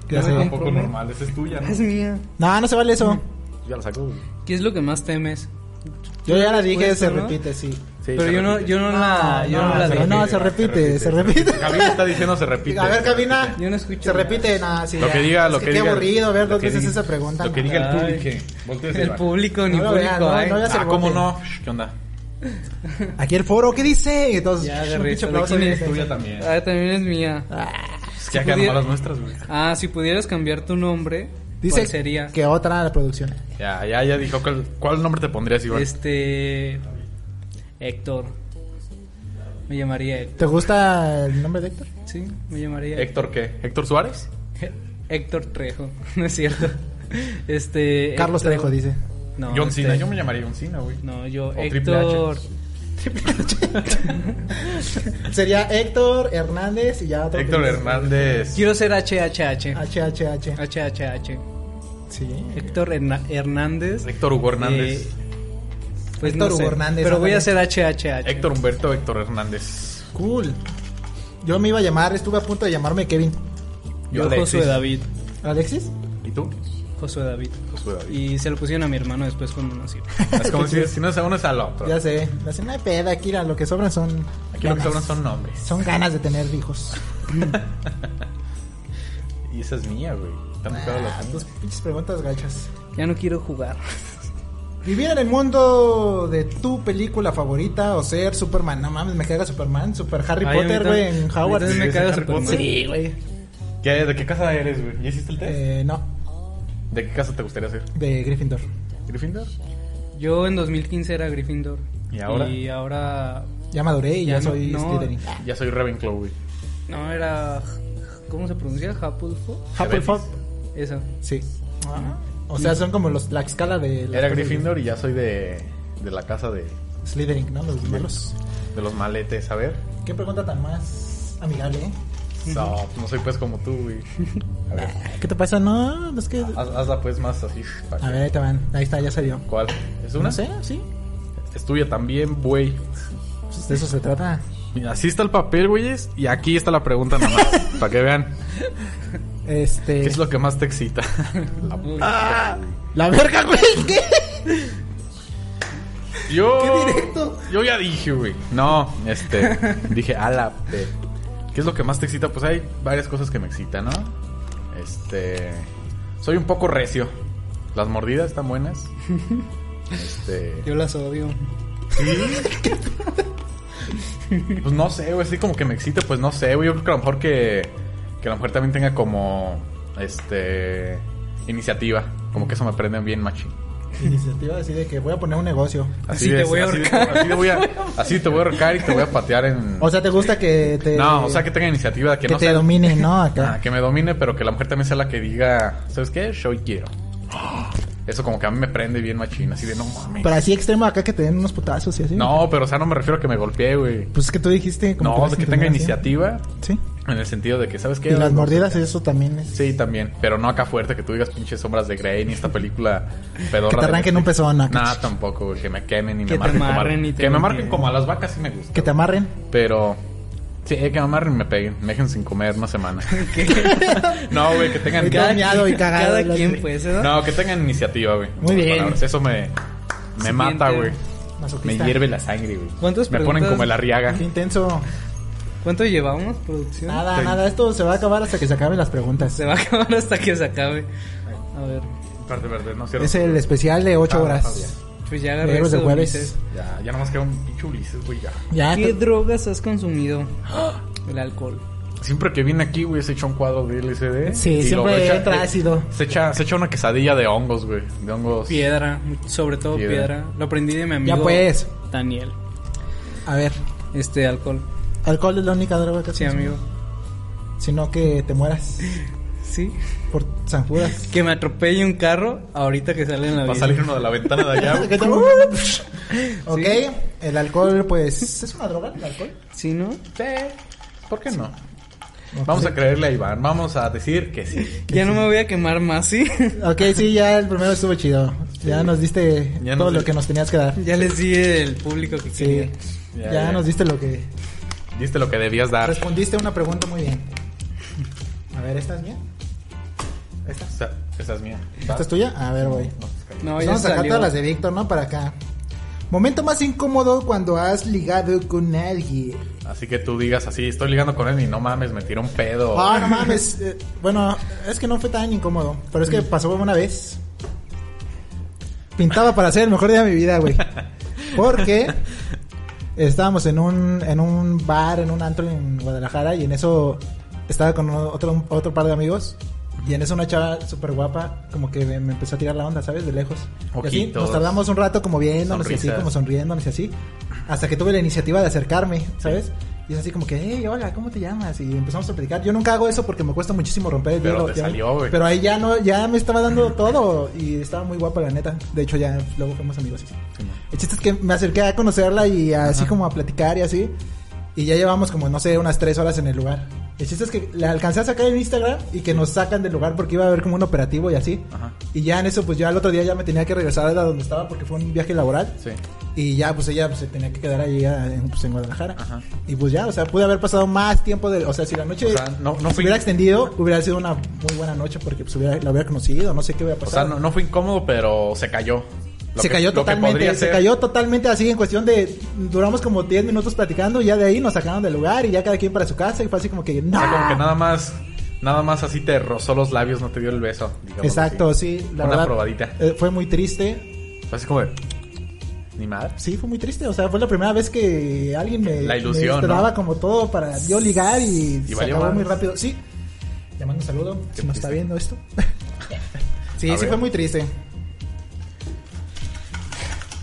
S4: Ya sé.
S3: un poco normal. Esa es tuya,
S5: Es
S3: ¿no?
S5: mía.
S4: No, no se vale eso.
S3: Ya la saco, güey.
S5: ¿Qué es lo que más temes?
S4: Yo ya la dije,
S5: Pues,
S4: se
S5: ¿no?
S4: repite, sí.
S3: Sí,
S5: Pero
S3: se
S5: yo no,
S3: repite.
S5: yo no la, yo
S4: Ah,
S5: no,
S4: no,
S5: la
S4: se
S5: dije.
S4: no, se repite, se repite.
S3: Javier está diciendo se repite.
S4: A ver, Cabina.
S5: Yo no escucho
S4: Se
S5: nada.
S4: repite, nada, sí.
S3: Lo
S4: ya.
S3: que diga,
S4: Es
S3: lo que, diga.
S4: Qué aburrido ver
S3: lo
S4: dos
S3: que
S4: veces
S3: diga-
S4: esa pregunta.
S3: Lo que
S4: ¿no?
S3: diga el
S5: Ay.
S3: público. Voltea hacia
S5: El
S3: abajo.
S5: público, ni
S4: No lo veas,
S5: público eh.
S4: no,
S5: hay.
S4: no veas-
S3: Ah, ¿cómo no? ¿Qué onda?
S4: Aquí el foro, ¿qué dice? Y todos,
S5: Ya,
S4: un
S5: agarré
S4: pinche
S5: esta,
S4: aplauso
S5: ¿de quién
S4: y-
S5: es?
S3: Tuya también.
S5: Ah, también es mía.
S3: Es que ya quedan
S5: pudiera-
S3: malas nuestras, güey.
S5: Ah, si pudieras cambiar tu nombre,
S4: Dice
S5: ¿cuál sería?
S4: que otra la producción.
S3: Ya, ya, ya dijo. ¿Cuál, cuál nombre te pondrías, Iván?
S5: Este. Héctor. Me llamaría Héctor.
S4: ¿Te gusta el nombre de Héctor?
S5: Sí, me llamaría
S3: ¿Héctor qué? ¿Héctor Suárez?
S5: Héctor Trejo. No es cierto. Este.
S4: Carlos
S5: Héctor-
S4: Trejo dice.
S5: No,
S3: John
S5: este-
S3: Cena. Yo me llamaría John Cena, güey.
S5: No, yo,
S3: O Triple
S5: Héctor.
S3: H.
S4: Sería Héctor Hernández y ya otro.
S3: Héctor
S4: que es-
S3: Hernández.
S5: Quiero ser HHH.
S4: H, H, H.
S5: HHH.
S4: Sí.
S5: Héctor Herna- Hernández.
S3: Héctor Hugo Hernández.
S5: Eh, Pues
S4: Héctor
S5: no sé,
S4: Hugo Hernández,
S5: Pero voy a hacer
S4: ándale.
S5: HHH.
S3: Héctor Humberto Héctor Hernández.
S4: Cool. Yo me iba a llamar, estuve a punto de llamarme Kevin.
S5: Yo,
S3: Alexis.
S5: Josué David.
S4: ¿Alexis?
S3: ¿Y tú?
S5: Josué David.
S3: Josué David.
S5: Y se lo pusieron a mi hermano después cuando nació.
S3: Es como si, si no es a uno, es al otro.
S4: Ya sé. Me hacen una peda, aquí la- lo que sobran son.
S3: Aquí lo que
S4: ganas.
S3: sobran son nombres.
S4: Son ganas de tener hijos.
S3: Y
S4: Ah,
S3: esa es mía, güey. Están todas las
S4: Tus pinches preguntas gachas.
S5: Ya no quiero jugar.
S4: Vivir en el mundo de tu película favorita o ser Superman. No mames, me caga Superman. Super Harry
S5: Ay, a mí
S4: Potter, güey,
S5: también-
S4: en
S5: a mí
S4: Howard.
S5: también me caga Superman.
S4: Sí, güey.
S3: ¿Qué- ¿De qué casa eres, güey? ¿Ya hiciste el test?
S4: Eh, no,
S3: ¿De qué casa te gustaría ser?
S4: de Gryffindor.
S3: ¿Gryffindor?
S5: Yo en 2015 era Gryffindor.
S3: ¿Y ahora?
S5: Y ahora.
S4: Ya maduré y ya,
S5: Ya no-
S4: soy
S5: no.
S4: Slytherin.
S3: Ya soy Ravenclaw, güey.
S5: No, era. ¿Cómo se pronuncia? Hufflepuff.
S4: Hufflepuff,
S5: Eso.
S4: sí.
S5: Ah.
S4: O sea, son como los, la escala de... las
S3: Era
S4: cosas de-
S3: Gryffindor y ya soy de, de la casa de,
S4: Slytherin, ¿no? Los malos.
S3: de los maletes. A ver.
S4: ¿Qué pregunta tan más amigable, eh?
S3: No, no soy pues como tú, güey. A ver,
S4: ¿Qué te pasa? No, es que...
S3: haz- hazla pues más así.
S4: A ver, ahí te van. Ahí está, ya salió.
S3: ¿Cuál? ¿Es una?
S4: No sé, sí.
S3: Es tuya también, güey.
S4: Pues de eso se trata.
S3: Mira, así está el papel, güeyes. Y aquí está la pregunta nada más. para que vean.
S4: Este...
S3: ¿Qué es lo que más te excita? La p-
S4: La verga, güey. ¿Qué?
S3: Yo.
S4: ¿Qué directo?
S3: Yo ya dije, güey. No, este. dije, a la p- ¿Qué es lo que más te excita? Pues hay varias cosas que me excitan, ¿no? Este. Soy un poco recio. Las mordidas están buenas. Este.
S5: Yo las odio.
S3: Pues no sé, güey. Así como que me excita, pues no sé, güey. Yo creo que a lo mejor que. Que la mujer también tenga como. Este. Iniciativa. Como que eso me prende bien, machi.
S4: Iniciativa así de que voy a poner un negocio.
S5: Así te
S3: de-
S5: voy a
S3: así de-
S5: ahorcar.
S3: así te voy a- así te voy a ahorcar y te voy a patear en.
S4: O sea, ¿te gusta que te...
S3: no, o sea, que tenga iniciativa, que,
S4: que
S3: no
S4: te
S3: sea-
S4: domine, ¿no? Acá.
S3: Ah, que me domine, pero que la mujer también sea la que diga, ¿sabes qué? Yo hoy quiero. Eso como que a mí me prende bien machín, así de no mames.
S4: Pero así extremo acá que te den unos putazos y así.
S3: No, pero o sea, no me refiero a que me golpee, güey.
S4: Pues es que tú dijiste como
S3: No,
S4: las
S3: de que tenga
S4: entendías,
S3: iniciativa
S4: Sí.
S3: en el sentido de que, ¿sabes
S4: Sí.
S3: qué?
S4: Y las
S3: No,
S4: mordidas, eso también es.
S3: Sí, también, pero no acá fuerte que tú digas pinches sombras de Grey ni esta película pedorra.
S4: Que te
S3: de
S4: arranquen
S3: Netflix.
S4: un pezón, ¿no?
S3: Nah, tampoco, güey, que me quemen y me
S5: Que te
S3: marquen como a,
S5: amarren y te
S3: que me marquen
S5: golpeen.
S3: como a las vacas sí me gusta.
S4: Que
S3: güey.
S4: te amarren.
S3: Pero. Sí, eh, que me amarren y me peguen. Me dejen sin comer una semana. no, güey, que tengan.
S4: Y todo miado y cagado.
S5: Cada
S4: las-
S5: quien, pues, ¿eh?
S3: No, que tengan iniciativa, güey.
S4: Muy
S3: En
S4: bien.
S3: palabras. Eso me. Me
S5: Siguiente.
S3: mata, güey. Me
S4: Masoquista.
S3: hierve la sangre, güey.
S5: ¿Cuántas
S3: Me ponen
S5: preguntas?
S3: como el arriaga.
S4: Qué intenso.
S5: ¿Cuánto llevamos, producción?
S4: Nada, nada. Esto se va a acabar hasta que se acaben las preguntas.
S5: Se va a acabar hasta que se acabe. A ver.
S3: Espérate, espérate, no cierro.
S4: Es el especial de 8 horas.
S5: Pues ya agarré
S4: Negros de
S5: eso,
S4: jueves. Ah,
S5: Ulises.
S3: Ya, ya nomás queda un pinche Ulises, güey, ya.
S4: Ya.
S5: ¿Qué
S4: te-
S5: drogas has consumido? El alcohol.
S3: Siempre que viene aquí, güey, se echa un cuadro de LCD.
S4: Sí, siempre entra ácido.
S3: eh, Se echa, se echa una quesadilla de hongos, güey. De hongos.
S5: Piedra, sobre todo piedra.
S3: Piedra.
S5: Lo aprendí de mi amigo
S4: Ya pues.
S5: Daniel.
S4: A ver.
S5: Este alcohol.
S4: Alcohol es la única droga que has
S5: Sí,
S4: consumido.
S5: amigo.
S4: Sino que te mueras
S5: Sí.
S4: por zanjudas.
S5: Que me atropelle un carro ahorita que sale en la
S3: Va a
S5: vida.
S3: salir uno de la ventana de allá, güey. Uh,
S4: Que te- ok,
S5: Sí.
S4: el alcohol, pues. ¿Es una droga el alcohol?
S5: Sí, ¿no?
S3: Sí, ¿Por qué no?
S4: pues,
S3: Vamos a creerle a Iván. Vamos a decir que sí.
S5: Ya no me voy a quemar más, ¿sí?
S4: Ok, sí, ya el primero estuvo chido. Ya nos diste
S3: Ya
S4: todo
S3: nos
S4: lo
S3: di-
S4: que nos tenías que dar.
S5: Ya les di el público que
S4: Sí.
S5: quería.
S4: Ya,
S3: Ya, ya. Ah.
S4: nos diste lo que.
S3: Diste lo que debías dar.
S4: Respondiste una pregunta muy bien. A ver, ¿esta es mía?
S3: Esta, esa es mía.
S4: ¿Esta es tuya? A ver, voy.
S5: No,
S4: Pues vamos
S5: ya
S4: a sacar
S5: salió.
S4: todas las de Víctor, ¿no? Para acá. Momento más incómodo cuando has ligado con alguien.
S3: Así que tú digas así, estoy ligando con él y no mames, me tiró un pedo.
S4: Ah, no mames. eh, bueno, es que no fue tan incómodo. Pero es que pasó una vez. Pintaba para ser el mejor día de mi vida, güey. Porque estábamos en un, en un bar, en un antro en Guadalajara. Y en eso estaba con otro, otro par de amigos. Y en eso una chava súper guapa, como que me, me empezó a tirar la onda, ¿sabes? De lejos. Y así
S3: Ojitos.
S4: nos tardamos un rato como viéndonos y así,
S3: Sonrisas.
S4: como sonriéndonos y así. Hasta que tuve la iniciativa de acercarme, ¿sabes? Y es así como que, hey, hola, ¿cómo te llamas? Y empezamos a platicar. Yo nunca hago eso porque me cuesta muchísimo romper el
S3: Pero
S4: hielo.
S3: te
S4: ya me-
S3: salió, güey.
S4: Pero ahí ya no, ya me estaba dando todo y estaba muy guapa la neta. De hecho, ya luego fuimos amigos. así. El chiste es que me acerqué a conocerla y así como a platicar y así. Y ya llevamos como, no sé, unas tres horas en el lugar. El chiste es que la alcancé a sacar en Instagram y que nos sacan del lugar porque iba a haber como un operativo y así.
S3: Ajá.
S4: Y ya en eso, pues ya al otro día ya me tenía que regresar a donde estaba porque fue un viaje laboral.
S3: Sí.
S4: Y ya, pues ella pues, se tenía que quedar allí ah, en, pues, en Guadalajara.
S3: Ajá.
S4: Y pues ya, o sea, pude haber pasado más tiempo de. O sea, si la noche
S3: O sea, no- no
S4: se
S3: fui-
S4: hubiera extendido, hubiera sido una muy buena noche porque pues, hubiera- la hubiera conocido, no sé qué hubiera
S3: O sea,
S4: pasado.
S3: no, no fue incómodo, pero se cayó. Lo
S4: se
S3: que-
S4: cayó
S3: lo que podría
S4: totalmente, se
S3: ser.
S4: cayó totalmente así en cuestión de. Duramos como 10 minutos platicando y ya de ahí nos sacaron del lugar y ya cada quien para su casa y fue así como que.
S3: O
S4: ¡No!
S3: sea, como que nada más, nada más así te rozó los labios, no te dio el beso. digamos
S4: Exacto,
S3: así.
S4: sí, la
S3: Una
S4: verdad.
S3: probadita.
S4: eh, fue muy triste.
S3: Fue así como de. Ni madre.
S4: Sí, fue muy triste. O sea, fue la primera vez que alguien me,
S3: La
S4: me
S3: ilusión,
S4: esperaba
S3: ¿no?
S4: como todo para yo ligar y, se
S3: valió
S4: acabó
S3: madre.
S4: muy rápido. Sí, le mando un saludo
S3: Qué
S4: si nos está
S3: triste.
S4: viendo esto. sí,
S3: A
S4: sí
S3: ver.
S4: fue muy triste.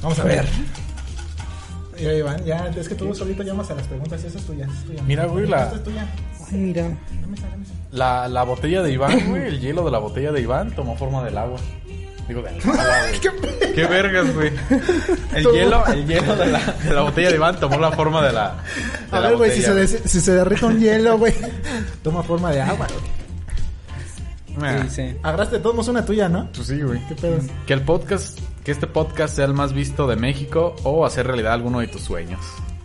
S4: Vamos a ver. Mira, Iván, ya, es que tú solito llamas a las preguntas y eso es tuya. es tuya.
S3: Mira, güey, la-
S4: Esto es tuya.
S5: Ay, mira.
S4: Dame esa, dame esa.
S3: La, la botella de Iván, güey, el hielo de la botella de Iván tomó forma del agua. Digo, del agua, güey. ¿Qué, vergas, güey. El hielo, el hielo de la, de la botella de Iván tomó la forma de la. de
S4: A
S3: la
S4: ver, güey, si,
S3: botella,
S4: se des- si se derrite un hielo, güey, toma forma de agua, güey.
S3: Meh.
S5: Dice,
S4: Agarraste de todos modos una tuya, ¿no?
S3: Pues sí, güey.
S4: ¿Qué pedos?
S3: Que el podcast, que este podcast sea el más visto de México o hacer realidad alguno de tus sueños.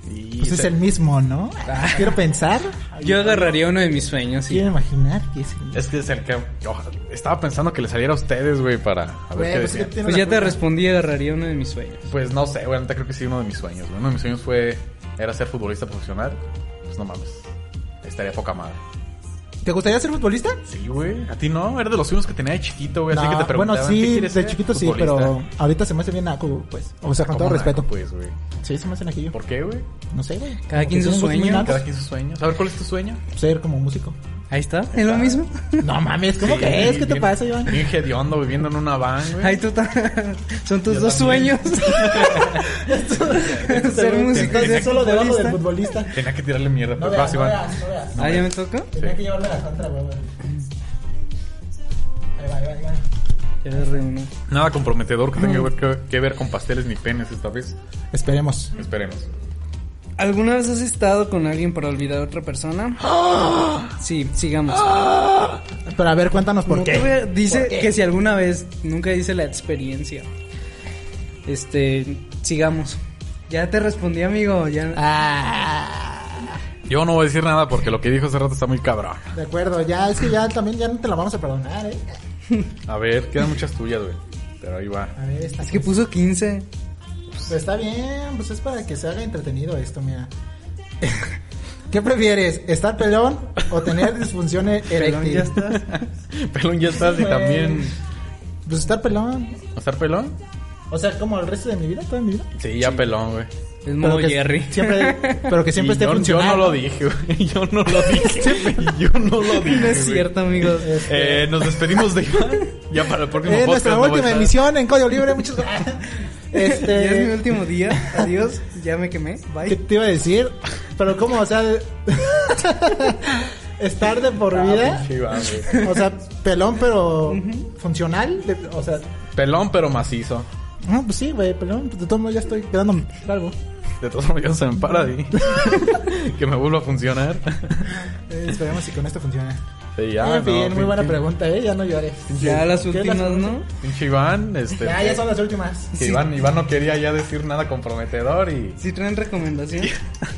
S3: Y
S4: Pues es
S3: se-
S4: el mismo, ¿no?
S3: Ah.
S4: Quiero pensar.
S5: Yo agarraría uno de mis sueños y
S4: Quiero imaginar que es.
S3: es que es el que ojalá- estaba pensando que le saliera a ustedes, güey, para a ver qué
S4: Güey, pues es que
S3: decían.
S4: tiene
S5: pues
S4: la
S5: ya te
S4: culpa.
S5: respondí, agarraría uno de mis sueños.
S3: Pues no sé, güey, neta creo que sí uno de mis sueños. güey. Uno de mis sueños fue era ser futbolista profesional. Pues no mames. Estaría poca madre.
S4: ¿Te gustaría ser futbolista?
S3: Sí, güey. A ti no, era de los sueños que tenía de chiquito, güey, así
S4: No,
S3: que te preguntaban,
S4: bueno,
S3: "¿Qué
S4: sí,
S3: quieres
S4: de
S3: ser?
S4: chiquito sí,
S3: ¿Futbolista?".
S4: pero ahorita se me hace bien naco, pues. O sea, con
S3: ¿Cómo
S4: todo
S3: naco,
S4: respeto.
S3: Pues, güey.
S4: Sí, se me hace naquillo.
S3: ¿Por qué, güey?
S4: No sé, güey.
S5: Cada
S4: Como
S5: quien
S4: que tienen
S5: sus
S4: gustos muy
S5: sueños.
S4: nacos.
S3: Cada quien sus sueños. A ver, ¿cuál es tu sueño?
S4: Ser como músico.
S5: Ahí está, es lo mismo.
S4: No mames, ¿cómo que es? ¿Qué te
S3: bien-
S4: pasa, Iván?
S3: Bien hediondo viviendo en una van, güey.
S5: Ahí tú ta- son tus
S3: Yo
S5: dos
S3: también.
S5: sueños. Ser músico,
S4: Entonces,
S5: ser
S4: Pues solo debajo del
S5: futbolista.
S4: futbolista.
S3: Tenía que tirarle mierda.
S4: No
S3: Pues vas,
S4: veas, no
S3: Iván.
S4: veas, no veas.
S5: Ah, ya me toca.
S4: Tenía que llevarle la contra, güey. güey. Ahí va, ahí va, ahí va.
S5: Ya agarré uno.
S3: Nada comprometedor que tenga
S4: Mm.
S3: que ver, que- que ver con pasteles ni penes esta vez.
S4: Esperemos.
S3: Esperemos.
S5: ¿Alguna vez has estado con alguien para olvidar a otra persona? Sí, sigamos.
S4: Pero a ver, cuéntanos por
S5: No
S4: qué.
S5: tuve- dice
S4: ¿Por qué?
S5: que si alguna vez, nunca dice la experiencia. Este, sigamos. Ya te respondí, amigo. Ya.
S4: Ah,
S3: Yo no voy a decir nada porque lo que dijo hace rato está muy cabrón.
S4: de acuerdo, ya es que ya también ya no te la vamos a perdonar, eh.
S3: A ver, quedan muchas tuyas, güey. Pero ahí va.
S4: A ver, esta.
S5: Es que puso 15.
S4: Pues está bien, pues es para que se haga entretenido esto, mira. ¿Qué prefieres? ¿Estar pelón o tener disfunción
S5: Pelón,
S4: eréctil?
S5: ya estás.
S3: Pelón ya estás y
S4: Güey.
S3: también.
S4: Pues estar pelón.
S3: ¿Estar pelón?
S4: O sea, como el resto de mi vida, toda mi vida.
S3: Sí, ya pelón, güey.
S5: Es modo
S4: que
S5: Jerry.
S4: Siempre, pero que siempre
S3: Y
S4: esté
S3: yo, yo
S4: funcional.
S3: no lo dije, güey. Yo no lo dije. yo no lo dije.
S5: No es
S3: güey.
S5: cierto, amigos.
S4: Este,
S3: Eh, nos despedimos de Iván. Ya para el próximo
S4: Eh,
S3: podcast.
S4: nuestra
S3: no va a
S4: última
S3: estar.
S4: emisión en Código Libre, muchas gracias.
S5: Ya es mi
S4: Este,
S5: último día. Adiós. Ya me quemé.
S4: ¿Qué
S5: Bye.
S4: te iba a decir? Pero cómo, o sea, estar de
S3: Ah,
S4: por vida,
S3: Sí, Iván, güey.
S4: o sea, pelón pero funcional, de- o sea,
S3: Pelón, pero macizo.
S4: no, pues sí, güey, pelón, de todos modos ya estoy quedando largo.
S3: De todos modos, ya se me para ahí. que me vuelva a funcionar.
S4: Eh, esperemos si con esto funciona.
S3: Sí, ya,
S4: en fin,
S3: no,
S4: muy buena
S3: pinche-
S4: pregunta, eh, ya no llores.
S5: Ya las
S4: ¿Qué es
S5: últimas,
S4: las
S5: ¿no?
S3: Pinche Iván, este.
S4: Ya, ya son las últimas.
S3: que Iván, Iván no quería ya decir nada comprometedor y.
S5: ¿Sí traen recomendación?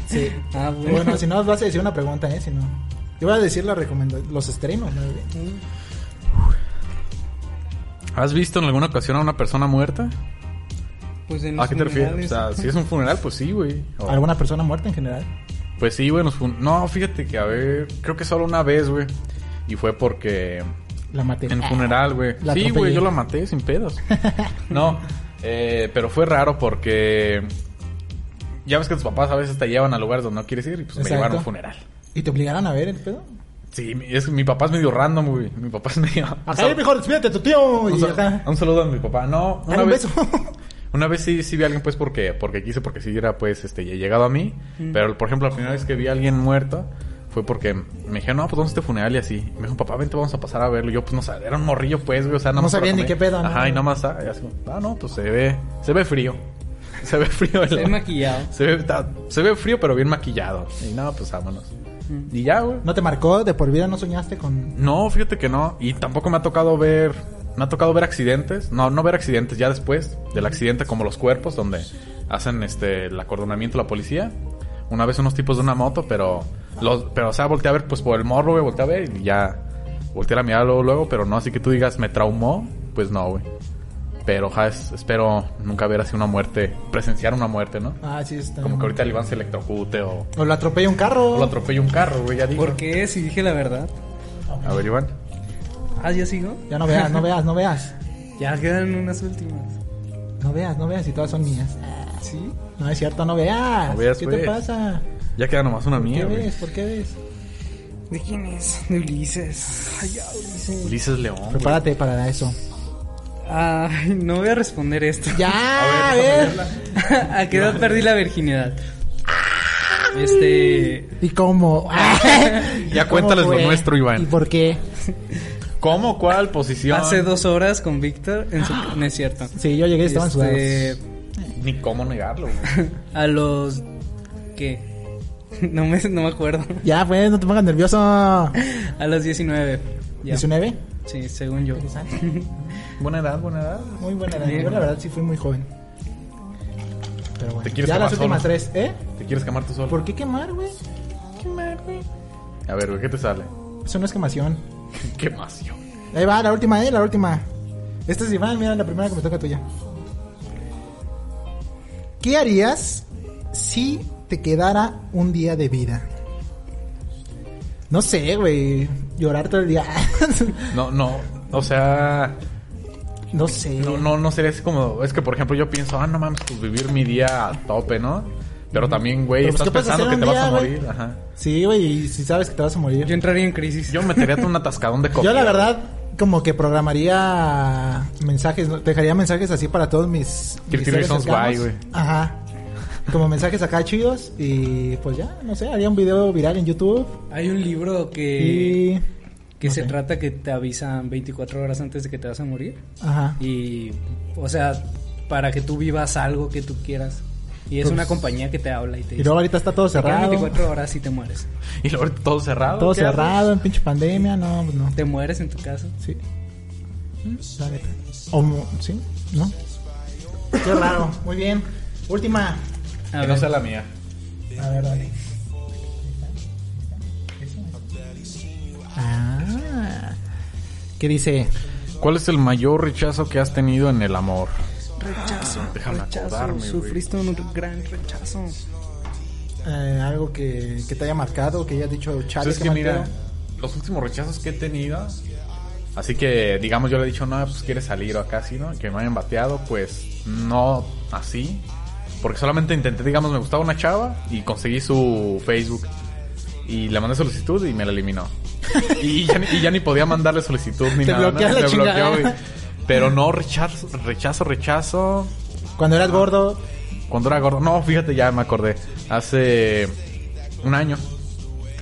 S4: Sí.
S5: Ah, bueno.
S4: Bueno, si no, vas a decir una pregunta, eh, si no. Yo voy a decir la recomenda- los estrenos, ¿no?
S3: ¿Has visto en alguna ocasión a una persona muerta?
S5: Pues en
S3: ¿A
S5: los
S3: qué te refieres? O
S5: funerales.
S3: sea, si es un funeral, pues sí, güey. O-
S4: ¿Alguna persona muerta en general?
S3: Pues sí, güey. nos fun- No, fíjate que a ver. Creo que solo una vez, güey. Y fue porque.
S4: La maté.
S3: En funeral, güey.
S4: La
S3: Sí,
S4: atropellé.
S3: güey, yo la maté sin pedos. No, eh, pero fue raro porque. Ya ves que tus papás a veces te llevan a lugares donde no quieres ir y pues
S4: Exacto.
S3: me llevaron a un funeral.
S4: ¿Y te obligaron a ver el pedo?
S3: Sí, mi- es que mi papá es medio random, güey. Mi papá es medio.
S4: Acá mejor despídete tu tío.
S3: un,
S4: Y
S3: sal-
S4: acá.
S3: un saludo a mi papá. No,
S4: Dale
S3: una
S4: un
S3: vez.
S4: beso.
S3: Una vez sí, sí vi a alguien, pues, porque, porque quise, porque sí era, pues, este, ya llegado a mí. Pero, por ejemplo, la primera vez que vi a alguien muerto fue porque me dijeron, no, pues vamos a este funeral y así. Y me dijo, papá, vente, vamos a pasar a verlo. Y yo, pues, no sabía, era un morrillo, pues, güey, o sea, nada
S4: No
S3: más
S4: sabía
S3: para
S4: ni
S3: comer.
S4: qué pedo, ¿no?
S3: Ajá, y nada más, ah, y así, ah, no, pues se ve, se ve frío. Se ve frío el
S5: Estoy maquillado.
S3: se ve, ta- se ve frío, pero bien maquillado. Y no, pues vámonos. Y ya, güey.
S4: ¿No te marcó? ¿De por vida no soñaste con.?
S3: No, fíjate que no. Y tampoco me ha tocado ver. Me ha tocado ver accidentes. No, no ver accidentes, ya después del accidente, como los cuerpos, donde hacen este el acordonamiento la policía. Una vez unos tipos de una moto, pero. Los, pero, o sea, volteé a ver, pues por el morro, güey, volteé a ver y ya. Volteé a mirar luego, luego, pero no, así que tú digas, me traumó, pues no, güey. Pero, ja, es- espero nunca ver así una muerte, presenciar una muerte, ¿no?
S4: Ah, sí, está.
S3: Como que ahorita el Iván se electrocute o,
S4: O lo atropella un carro.
S3: o lo atropella un carro, güey, ya digo.
S5: ¿Por qué? Si dije la verdad.
S3: A ver, Iván.
S5: Ah, ya sigo.
S4: Ya no veas, no veas, no veas.
S5: Ya quedan unas últimas.
S4: No veas, no veas, y todas son mías.
S5: ¿Sí?
S4: No es cierto, no veas.
S3: No veas,
S4: ¿Qué te
S3: pues.
S4: pasa?
S3: Ya queda nomás una
S4: ¿Qué
S3: mía, güey.
S4: ves? ¿Por qué ves?
S5: ¿De quién es? De Ulises. Ay, ya, Ulises.
S3: Ulises León. güey.
S4: Prepárate para eso.
S5: Ay, no voy a responder esto.
S4: Ya, a ver.
S5: ¿A qué edad perdí la virginidad? Este.
S4: ¿Y cómo?
S3: Ya
S4: ¿Cómo
S3: cuéntales lo
S4: fue?
S3: nuestro, Iván.
S4: ¿Y por qué?
S3: ¿Cómo? ¿Cuál posición?
S5: Hace dos horas con Víctor en su. No es cierto.
S4: Sí, yo llegué y estaban
S5: Este,
S4: sudados.
S3: Ni cómo negarlo, güey.
S5: A los. ¿Qué? No me, no me acuerdo.
S4: Ya, pues, no te pongas nervioso.
S5: A los 19. ya.
S4: ¿19?
S5: Sí, según yo.
S3: Buena edad, buena edad.
S4: Muy buena edad. Yo, la verdad, sí fui muy joven. Pero bueno,
S3: ¿Te quieres
S4: ya
S3: quemar
S4: las últimas
S3: solo?
S4: tres, ¿eh?
S3: ¿Te quieres quemar tú solo?
S4: ¿Por qué quemar, güey? Quemar, güey.
S3: A ver, güey, ¿qué te sale?
S4: Eso no es quemación.
S3: Quemación.
S4: Ahí va, la última, ¿eh? La última. Esta es Iván, mira, la primera que me toca tuya. ¿Qué harías si te quedara un día de vida? No sé, güey. Llorar todo el día.
S3: No, no. O sea,
S4: no sé.
S3: no, no, no sería así como. Es que, por ejemplo, yo pienso, ah, no mames, pues vivir mi día a tope, ¿no? Pero también, güey,
S4: Pero,
S3: estás
S4: pues, ¿qué puedes
S3: pensando que
S4: hacer
S3: te
S4: un
S3: vas a
S4: día, güey?
S3: morir. Ajá.
S4: Sí, güey, y si sabes que te vas a morir.
S5: Yo entraría en crisis.
S3: Yo metería un atascadón de comida.
S4: Yo la verdad como que programaría mensajes, ¿no? dejaría mensajes así para todos mis... mis
S3: 30
S4: seres
S3: Reasons
S4: cercanos.
S3: Why, güey.
S4: Ajá. Como mensajes acá chidos y pues ya, no sé, haría un video viral en YouTube
S5: Hay un libro que.
S4: y...
S5: Que
S4: no
S5: se
S4: sé.
S5: trata que te avisan 24 horas antes de que te vas a morir.
S4: Ajá.
S5: Y, o sea, para que tú vivas algo que tú quieras. Y es
S4: Pues-
S5: una compañía que te habla y te
S4: Y
S5: dice.
S4: luego ahorita está todo
S5: "Te quedan
S4: cerrado.
S5: 24 horas y te mueres.
S3: Y luego todo cerrado.
S4: Todo
S3: ¿qué haces?
S4: cerrado, en pinche pandemia, no, pues no.
S5: Te mueres en tu casa.
S4: Sí. La neta. O mo- sí, ¿no? Qué raro. Muy bien. Última.
S5: A
S3: Que no
S5: ver,
S3: sea la mía.
S4: A ver, dale. Ah. ¿Qué dice?
S3: ¿Cuál es el mayor rechazo que has tenido en el amor? Ah,
S5: rechazo,
S3: Déjame
S5: rechazo,
S3: acordarme, güey.
S5: Sufriste un gran rechazo.
S4: Eh, algo que, que te haya marcado, que hayas dicho,
S3: Pues
S4: chale,
S3: es
S4: qué
S3: que
S4: mal
S3: mira,
S4: pedo.
S3: los últimos rechazos que he tenido, así que digamos yo le he dicho, no, pues quieres salir o acá, sí, ¿no? Que me hayan bateado, pues no así, porque solamente intenté, digamos, me gustaba una chava y conseguí su Facebook y le mandé solicitud y me la eliminó. y, ya, ni- y ya ni podía mandarle solicitud ni
S4: Te
S3: nada. ¿no?
S4: bloquea la
S3: Me
S4: chingada.
S3: güey. Pero no, rechazo, rechazo, rechazo.
S4: Cuando
S3: ah,
S4: eras gordo,
S3: Cuando era gordo. No, fíjate, ya me acordé. Hace un año.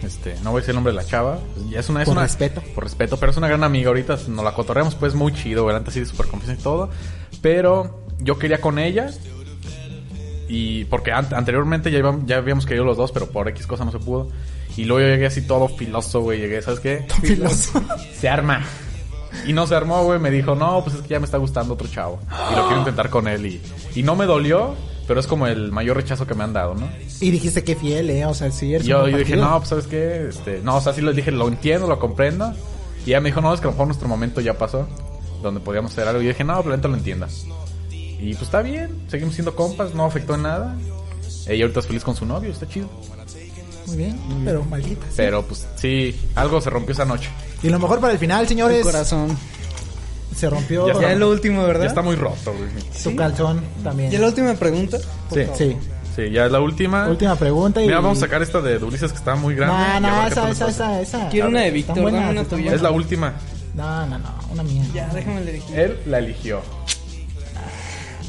S3: Este, no voy a decir el nombre de la chava. Ya es una, es
S4: Por
S3: una-
S4: respeto.
S3: Por respeto, pero es una gran amiga. Ahorita nos la cotorreamos, pues muy chido, güey. Antes sí, súper confianza y todo. Pero yo quería con ella. Y porque an- anteriormente ya, íbam- ya habíamos querido los dos, pero por X cosa no se pudo. Y luego yo llegué así todo filoso, güey. Llegué, ¿sabes qué?
S4: filoso.
S3: Se arma. Y no se armó, güey. Me dijo, no, pues es que ya me está gustando otro chavo. Y lo quiero intentar con él. Y, y no me dolió, pero es como el mayor rechazo que me han dado, ¿no?
S4: Y dijiste que fiel, ¿eh? O sea, sí,
S3: Y
S4: eres
S3: yo,
S4: un
S3: yo dije,
S4: partido.
S3: no, pues sabes qué. Este, no, o sea, sí lo dije, lo entiendo, lo comprendo. Y ella me dijo, no, es que a lo mejor nuestro momento ya pasó. Donde podíamos hacer algo. Y yo dije, no, pero la neta lo entiendas. Y pues está bien, seguimos siendo compas, no afectó en nada. Ella ahorita es feliz con su novio, está chido.
S4: Muy bien, pero maldita. sea.
S3: Pero pues sí, algo se rompió esa noche.
S4: Y lo mejor para el final,
S5: Tu
S4: señores.
S5: corazón.
S4: Se rompió
S3: Ya
S5: Ya es lo último, ¿verdad?
S3: Ya está muy roto, güey.
S4: su calzón también.
S5: ¿Ya la última pregunta?
S3: Sí.
S4: Sí.
S3: Sí, ya es la última.
S4: Última pregunta y.
S3: Ah. Mira, vamos a sacar esta de Ulises que está muy grande.
S4: No,
S3: y a ver
S4: no,
S3: qué tal
S4: esa,
S3: les
S4: esa,
S3: pasa.
S4: esa, esa.
S5: Quiero una
S4: Ah,
S5: de
S4: Están
S5: Víctor, dame
S4: buenas,
S5: una
S4: están
S5: tuya.
S3: Es la última.
S4: No, no, no, una mía.
S5: Ya, déjame elegir.
S3: Él la eligió,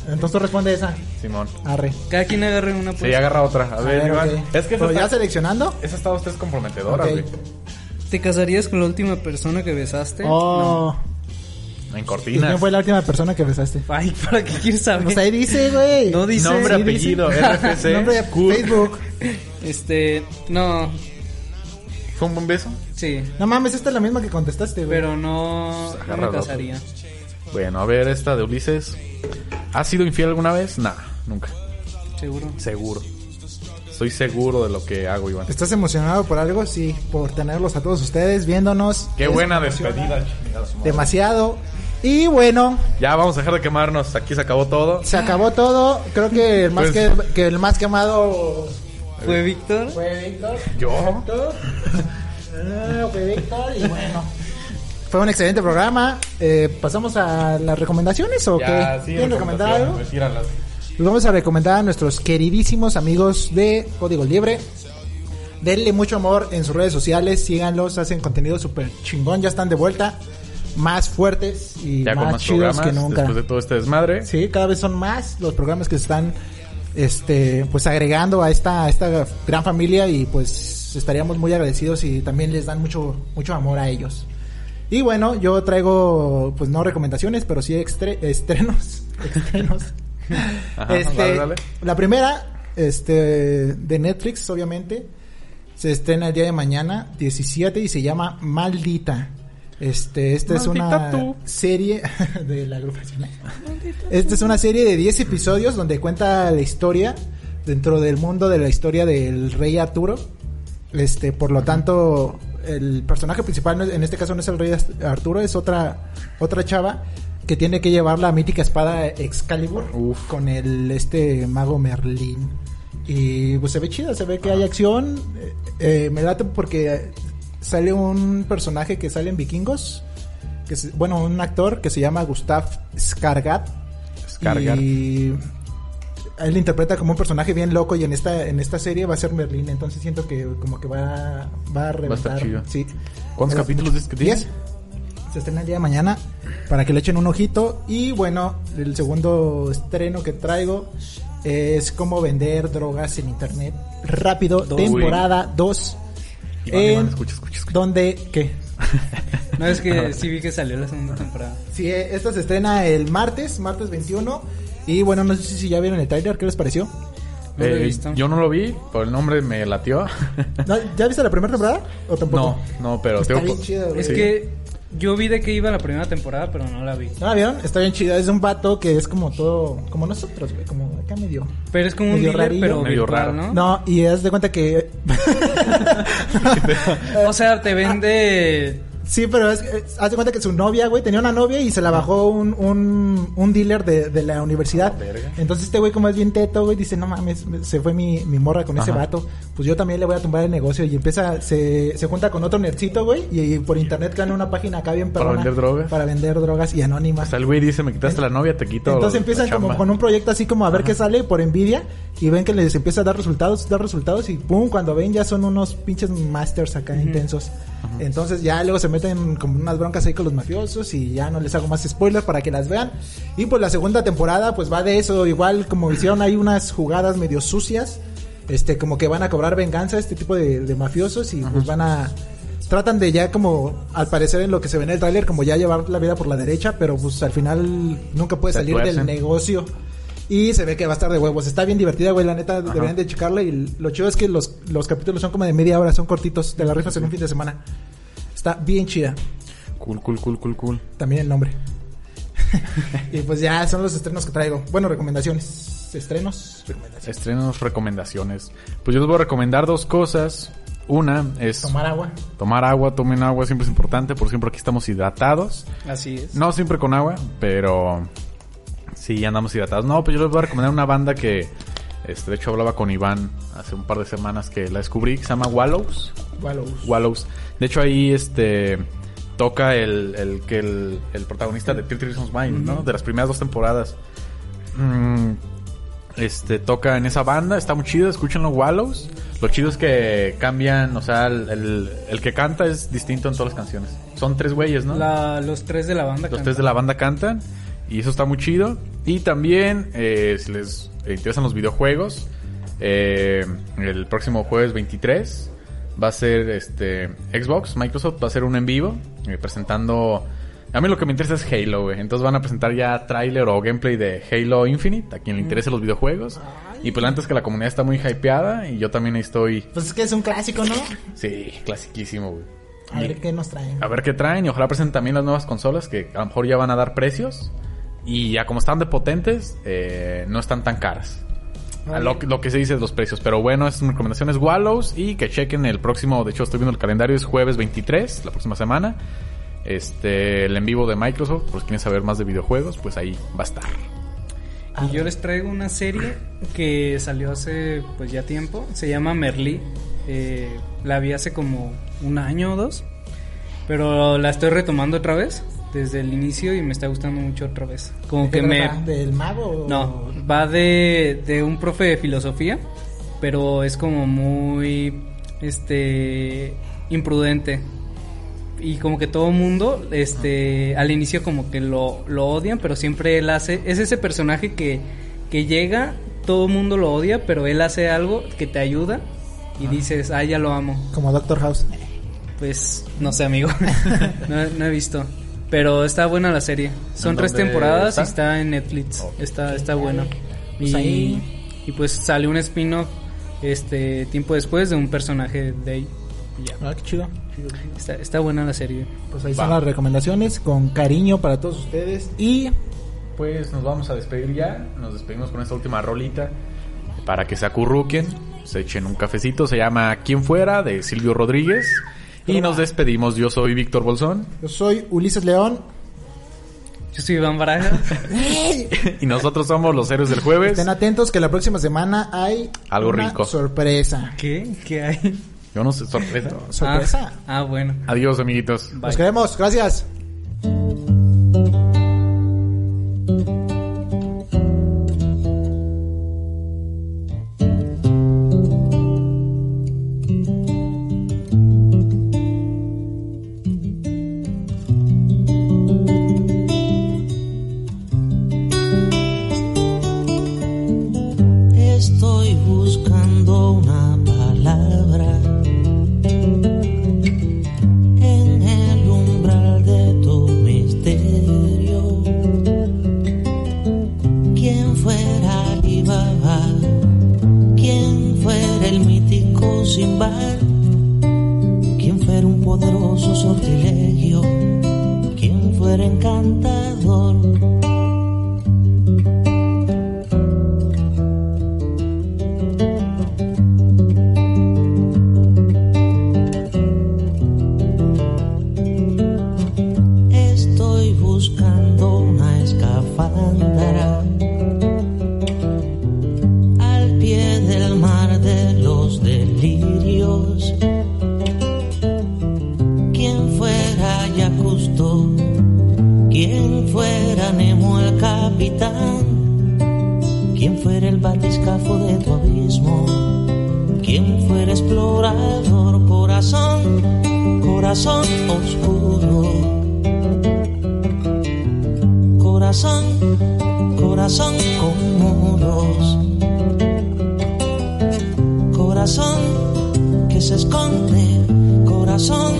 S4: Entonces tú responde esa.
S3: Simón.
S4: Arre.
S5: Cada quien agarre una
S3: Sí,
S5: pues.
S3: agarra otra. A ver,
S4: A ver,
S3: Iván.
S4: ok.
S3: Es que esa
S4: Pero ya
S3: está,
S4: seleccionando.
S3: esa está usted comprometedora,
S4: Ok.
S3: güey.
S5: ¿Te casarías con la última persona que besaste?
S4: Oh.
S3: En
S4: ¿Y quién
S3: cortinas.
S4: fue la última persona que besaste?
S5: No. Ay, ¿para qué quieres saber?
S4: Pues ahí dice, güey.
S5: No dice.
S3: Nombre,
S5: Sí, dice.
S3: apellido, RFC.
S4: Nombre de
S3: Cook.
S4: Facebook.
S5: Este, no,
S3: ¿Fue un buen beso?
S5: sí,
S4: No mames, esta es la misma que contestaste, güey.
S5: pero no, no
S3: agarra
S5: me
S3: el otro.
S5: casaría.
S3: Bueno, a ver, esta de Ulises. ¿Has sido infiel alguna vez? Nah, nunca.
S5: Seguro.
S3: Seguro. Estoy seguro de lo que hago, Iván.
S4: ¿Estás emocionado por algo? Sí, por tenerlos a todos ustedes viéndonos.
S3: Qué
S4: Es
S3: buena despedida. chingada su madre.
S4: Demasiado. Y bueno,
S3: Ya vamos a dejar de quemarnos. Aquí se acabó todo.
S4: se acabó todo. Creo que el más,
S3: Pues-
S4: que, que el más quemado
S5: ¿Fue Víctor?
S4: fue Víctor.
S3: Yo.
S4: Víctor. Ah, Fue Víctor y bueno. Fue un excelente programa. Eh, ¿Pasamos a las recomendaciones o
S3: Ya,
S4: qué?
S3: sí,
S4: ¿Quieren recomendar
S3: recomendaciones,
S4: algo?
S3: retíralas.
S4: Los vamos a recomendar a nuestros queridísimos amigos de Código Libre. Denle mucho amor en sus redes sociales, síganlos, hacen contenido súper chingón, ya están de vuelta, más fuertes y
S3: Ya con
S4: más
S3: más
S4: chidos
S3: programas,
S4: que nunca.
S3: después de todo este desmadre.
S4: Sí, cada vez son más los programas que se están este pues agregando a esta a esta gran familia y pues estaríamos muy agradecidos y también les dan mucho mucho amor a ellos. Y bueno, yo traigo pues no recomendaciones, pero sí extre- estrenos, estrenos.
S3: Ajá,
S4: Este,
S3: dale, dale.
S4: la primera este de Netflix obviamente se estrena el día de mañana 17 y se llama Maldita. Este, esta es una
S3: Maldita tú.
S4: serie de la agrupación. Esta es una serie de 10 episodios donde cuenta la historia dentro del mundo de la historia del rey Arturo. Este, por lo tanto, el personaje principal no es- en este caso no es el rey Ast- Arturo, es otra otra chava que tiene que llevar la mítica espada Excalibur con el este mago Merlín. Y pues se ve chida, se ve que hay acción. Eh, eh, me late porque sale un personaje que sale en Vikingos que se- bueno, un actor que se llama Gustav Skargat.
S3: Skarsgård.
S4: Y él interpreta como un personaje bien loco y en esta en esta serie va a ser Merlín, entonces siento que como que va va a reventar.
S3: chido.
S4: Sí.
S3: ¿Cuántos
S4: Pero-
S3: capítulos dices que tiene?
S4: Diez. Se estrena el día de mañana para que le echen un ojito y bueno, el segundo estreno que traigo es cómo vender drogas en internet rápido, temporada 2.
S3: Iván, Iván, escucha, escucha, escucha.
S4: ¿Dónde qué?
S5: No, es que sí vi que salió la segunda temporada.
S4: Sí, eh, esta se estrena el martes, martes 21. Y bueno, no sé si ya vieron el trailer, ¿qué les pareció?
S5: No lo he
S3: Eh,
S5: visto.
S3: Yo no lo vi, pero el nombre me latió.
S4: ¿No? ¿Ya viste la primera temporada? ¿O tampoco?
S3: no, no, pero
S4: Está
S3: tengo-
S4: bien chido, güey.
S5: Es
S3: Sí.
S5: que yo vi de que iba la primera temporada, pero no la vi.
S4: ¿No la vieron? Está bien chida, es de un vato que es como todo, como nosotros, güey, como acá medio.
S5: Pero es como un
S4: Medio
S5: dealer,
S4: rarillo.
S5: pero
S3: Medio
S5: virtual,
S3: raro.
S5: ¿no?
S4: No, y haz de cuenta que.
S5: O sea, te vende...
S4: sí, pero es, es- haz de cuenta que su novia, güey, tenía una novia y se la bajó un, un, un dealer de, de la universidad.
S3: Ah,
S4: Entonces este güey, como es bien teto, güey, dice: No mames, me- se fue mi, mi morra con ese
S3: Ajá.
S4: vato. Pues yo también le voy a tumbar el negocio. Y empieza, se, se junta con otro nercito, güey, y, y por internet crean una página acá bien
S3: Para
S4: perrona
S3: vender drogas.
S4: Para vender drogas y anónimas.
S3: O sea, el güey dice, me quitaste la novia, te quito
S4: Entonces
S3: la
S4: empiezan como
S3: chamba".
S4: con un proyecto así como a ver qué sale por envidia y ven que les empieza a dar resultados, dar resultados y pum, cuando ven ya son unos pinches masters acá intensos. Entonces ya luego se meten como unas broncas ahí con los mafiosos y ya no les hago más spoilers para que las vean. Y pues la segunda temporada pues va de eso, igual como hicieron hay unas jugadas medio sucias, este como que van a cobrar venganza este tipo de, de mafiosos y pues van a tratan de ya como al parecer en lo que se ve en el tráiler como ya llevar la vida por la derecha, pero pues al final nunca puede
S3: Se
S4: salir del
S3: tuercen.
S4: negocio. Y se ve que va a estar de huevos. Está bien divertida, güey. La neta, deberían de checarla. Y lo chido es que los, los capítulos son como de media hora, son cortitos. Te la rifas en un fin de semana. Está bien chida.
S3: Cool, cool, cool, cool, cool.
S4: También el nombre. y pues ya son los estrenos que traigo. Bueno, recomendaciones. Estrenos. Recomendaciones.
S3: Estrenos, recomendaciones. Pues yo les voy a recomendar dos cosas. Una es tomar,
S4: Tomar agua.
S3: agua, tomen agua, siempre es importante, por siempre aquí estamos hidratados.
S5: Así es.
S3: No siempre con agua, pero sí andamos hidratados. No, pues yo les voy a recomendar una banda que, este, de hecho hablaba con Iván hace un par de semanas que la descubrí, que se llama Wallows.
S4: Wallows.
S3: Wallows. De hecho, ahí este toca el, el que el, el protagonista de Three Reasons Why, ¿no? De las primeras dos temporadas. Mm, este toca en esa banda, está muy chido, escúchenlo Wallows. Lo chido es que cambian, o sea, el, el- el que canta es distinto en todas las canciones. Son tres güeyes, ¿no?
S5: La- los tres de la banda.
S3: Los tres de la banda cantan y eso está muy chido. Y también, eh, si les interesan los videojuegos, eh, el próximo jueves 23 va a ser este Xbox, Microsoft va a ser un en vivo eh, presentando... A mí lo que me interesa es Halo, güey. Entonces van a presentar ya tráiler o gameplay de Halo Infinite, a quien le interesen los videojuegos. Y pues antes que la comunidad está muy hypeada y yo también estoy...
S4: Pues es que es un clásico, ¿no?
S3: Sí, clasiquísimo, güey.
S4: A ver qué nos traen.
S3: A ver qué traen y ojalá presenten también las nuevas consolas que a lo mejor ya van a dar precios y ya como están de potentes eh, no están tan caras. A Lo, lo que se dice es los precios, pero bueno, estas son recomendaciones Wallows y que chequen el próximo, de hecho estoy viendo el calendario, es jueves 23, la próxima semana. Este, el en vivo de Microsoft, por si quieren saber más de videojuegos, pues ahí va a estar.
S5: Y yo les traigo una serie que salió hace pues ya tiempo. Se llama Merlí. Eh, la vi hace como un año o dos. Pero la estoy retomando otra vez desde el inicio y me está gustando mucho otra vez. Como que
S4: ¿Qué
S5: me...
S4: trata? ¿Del mago? o-
S5: No, va de, de un profe de filosofía, pero es como muy este imprudente. Y como que todo mundo, este, al inicio como que lo, lo odian, pero siempre él hace, es ese personaje que, que llega, todo el mundo lo odia, pero él hace algo que te ayuda y dices, ah, ya lo amo.
S4: Como Doctor House.
S3: Eh.
S5: Pues no sé, amigo. no, no he visto. Pero está buena la serie. Son
S3: ¿En
S5: tres
S3: dónde
S5: temporadas
S3: está?
S5: y está en Netflix. Está, está buena.
S4: Pues
S5: y,
S4: ahí-
S5: y pues sale un spin-off este tiempo después de un personaje de ahí. Y ya.
S4: Ah, qué chido.
S5: Está, está buena la serie.
S4: Pues ahí
S3: Va.
S4: son las recomendaciones. Con cariño para todos ustedes. Y
S3: Pues nos vamos a despedir ya. Nos despedimos con esta última rolita. Para que se acurruquen, se echen un cafecito. Se llama Quien Fuera de Silvio Rodríguez. Y nos despedimos. Yo soy Víctor Bolsón.
S4: yo soy Ulises León.
S5: Pues- Yo soy Iván Baraja.
S3: Y nosotros somos los héroes del jueves.
S4: Estén atentos que la próxima semana hay
S3: Algo
S4: una
S3: rico.
S4: sorpresa.
S5: ¿Qué? ¿Qué hay?
S3: Yo no sé, sorpresa.
S4: Sorpresa. Pues
S5: Ah, ah, bueno.
S3: Adiós, amiguitos.
S5: Bye.
S4: Nos queremos. Gracias.
S8: Estoy buscando una palabra en el umbral de tu misterio. Quien fuera Alibaba, quien fuera el mítico Simbar, quien fuera un poderoso sortilegio, quien fuera encantador. Estoy buscando una escafandra al pie del mar de los delirios. Quien fuera Yacusto, quien fuera Nemo el capitán, quien fuera el batiscafo de tu abismo, quien fuera explorador, corazón, corazón oscuro corazón, corazón con muros. Corazón que se esconde, corazón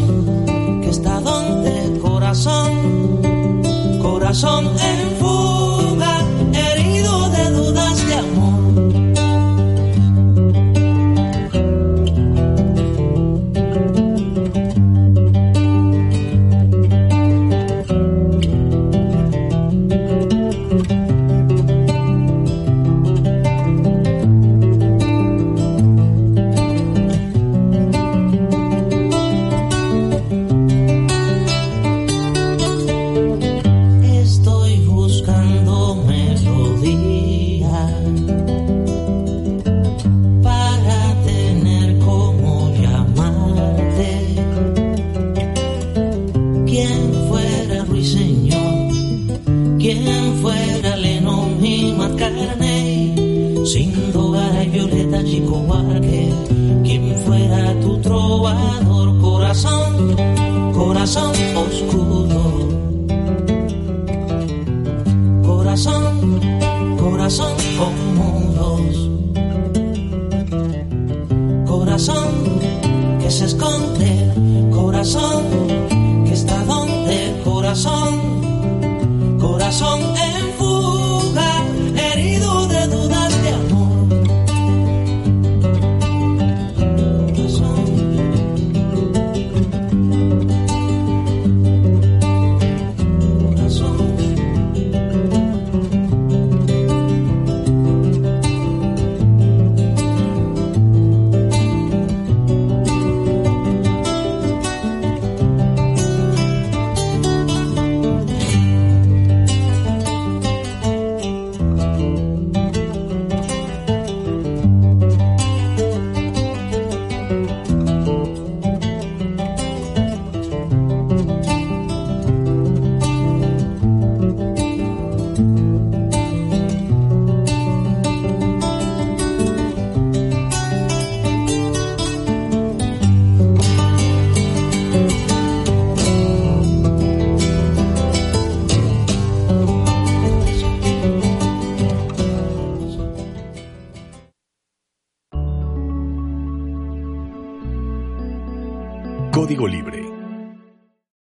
S8: que está donde, corazón, corazón en fuga, herido de dudas de amor. Estoy buscando melodía para tener como llamarte. Quien fuera Ruiseñor, quien fuera Lennon y McCartney, sin Dogara y Violeta Chico Huarque, quien fuera tu trovador, corazón, corazón oscuro corazón, corazón con muros. Corazón que se esconde, corazón que está donde, corazón, corazón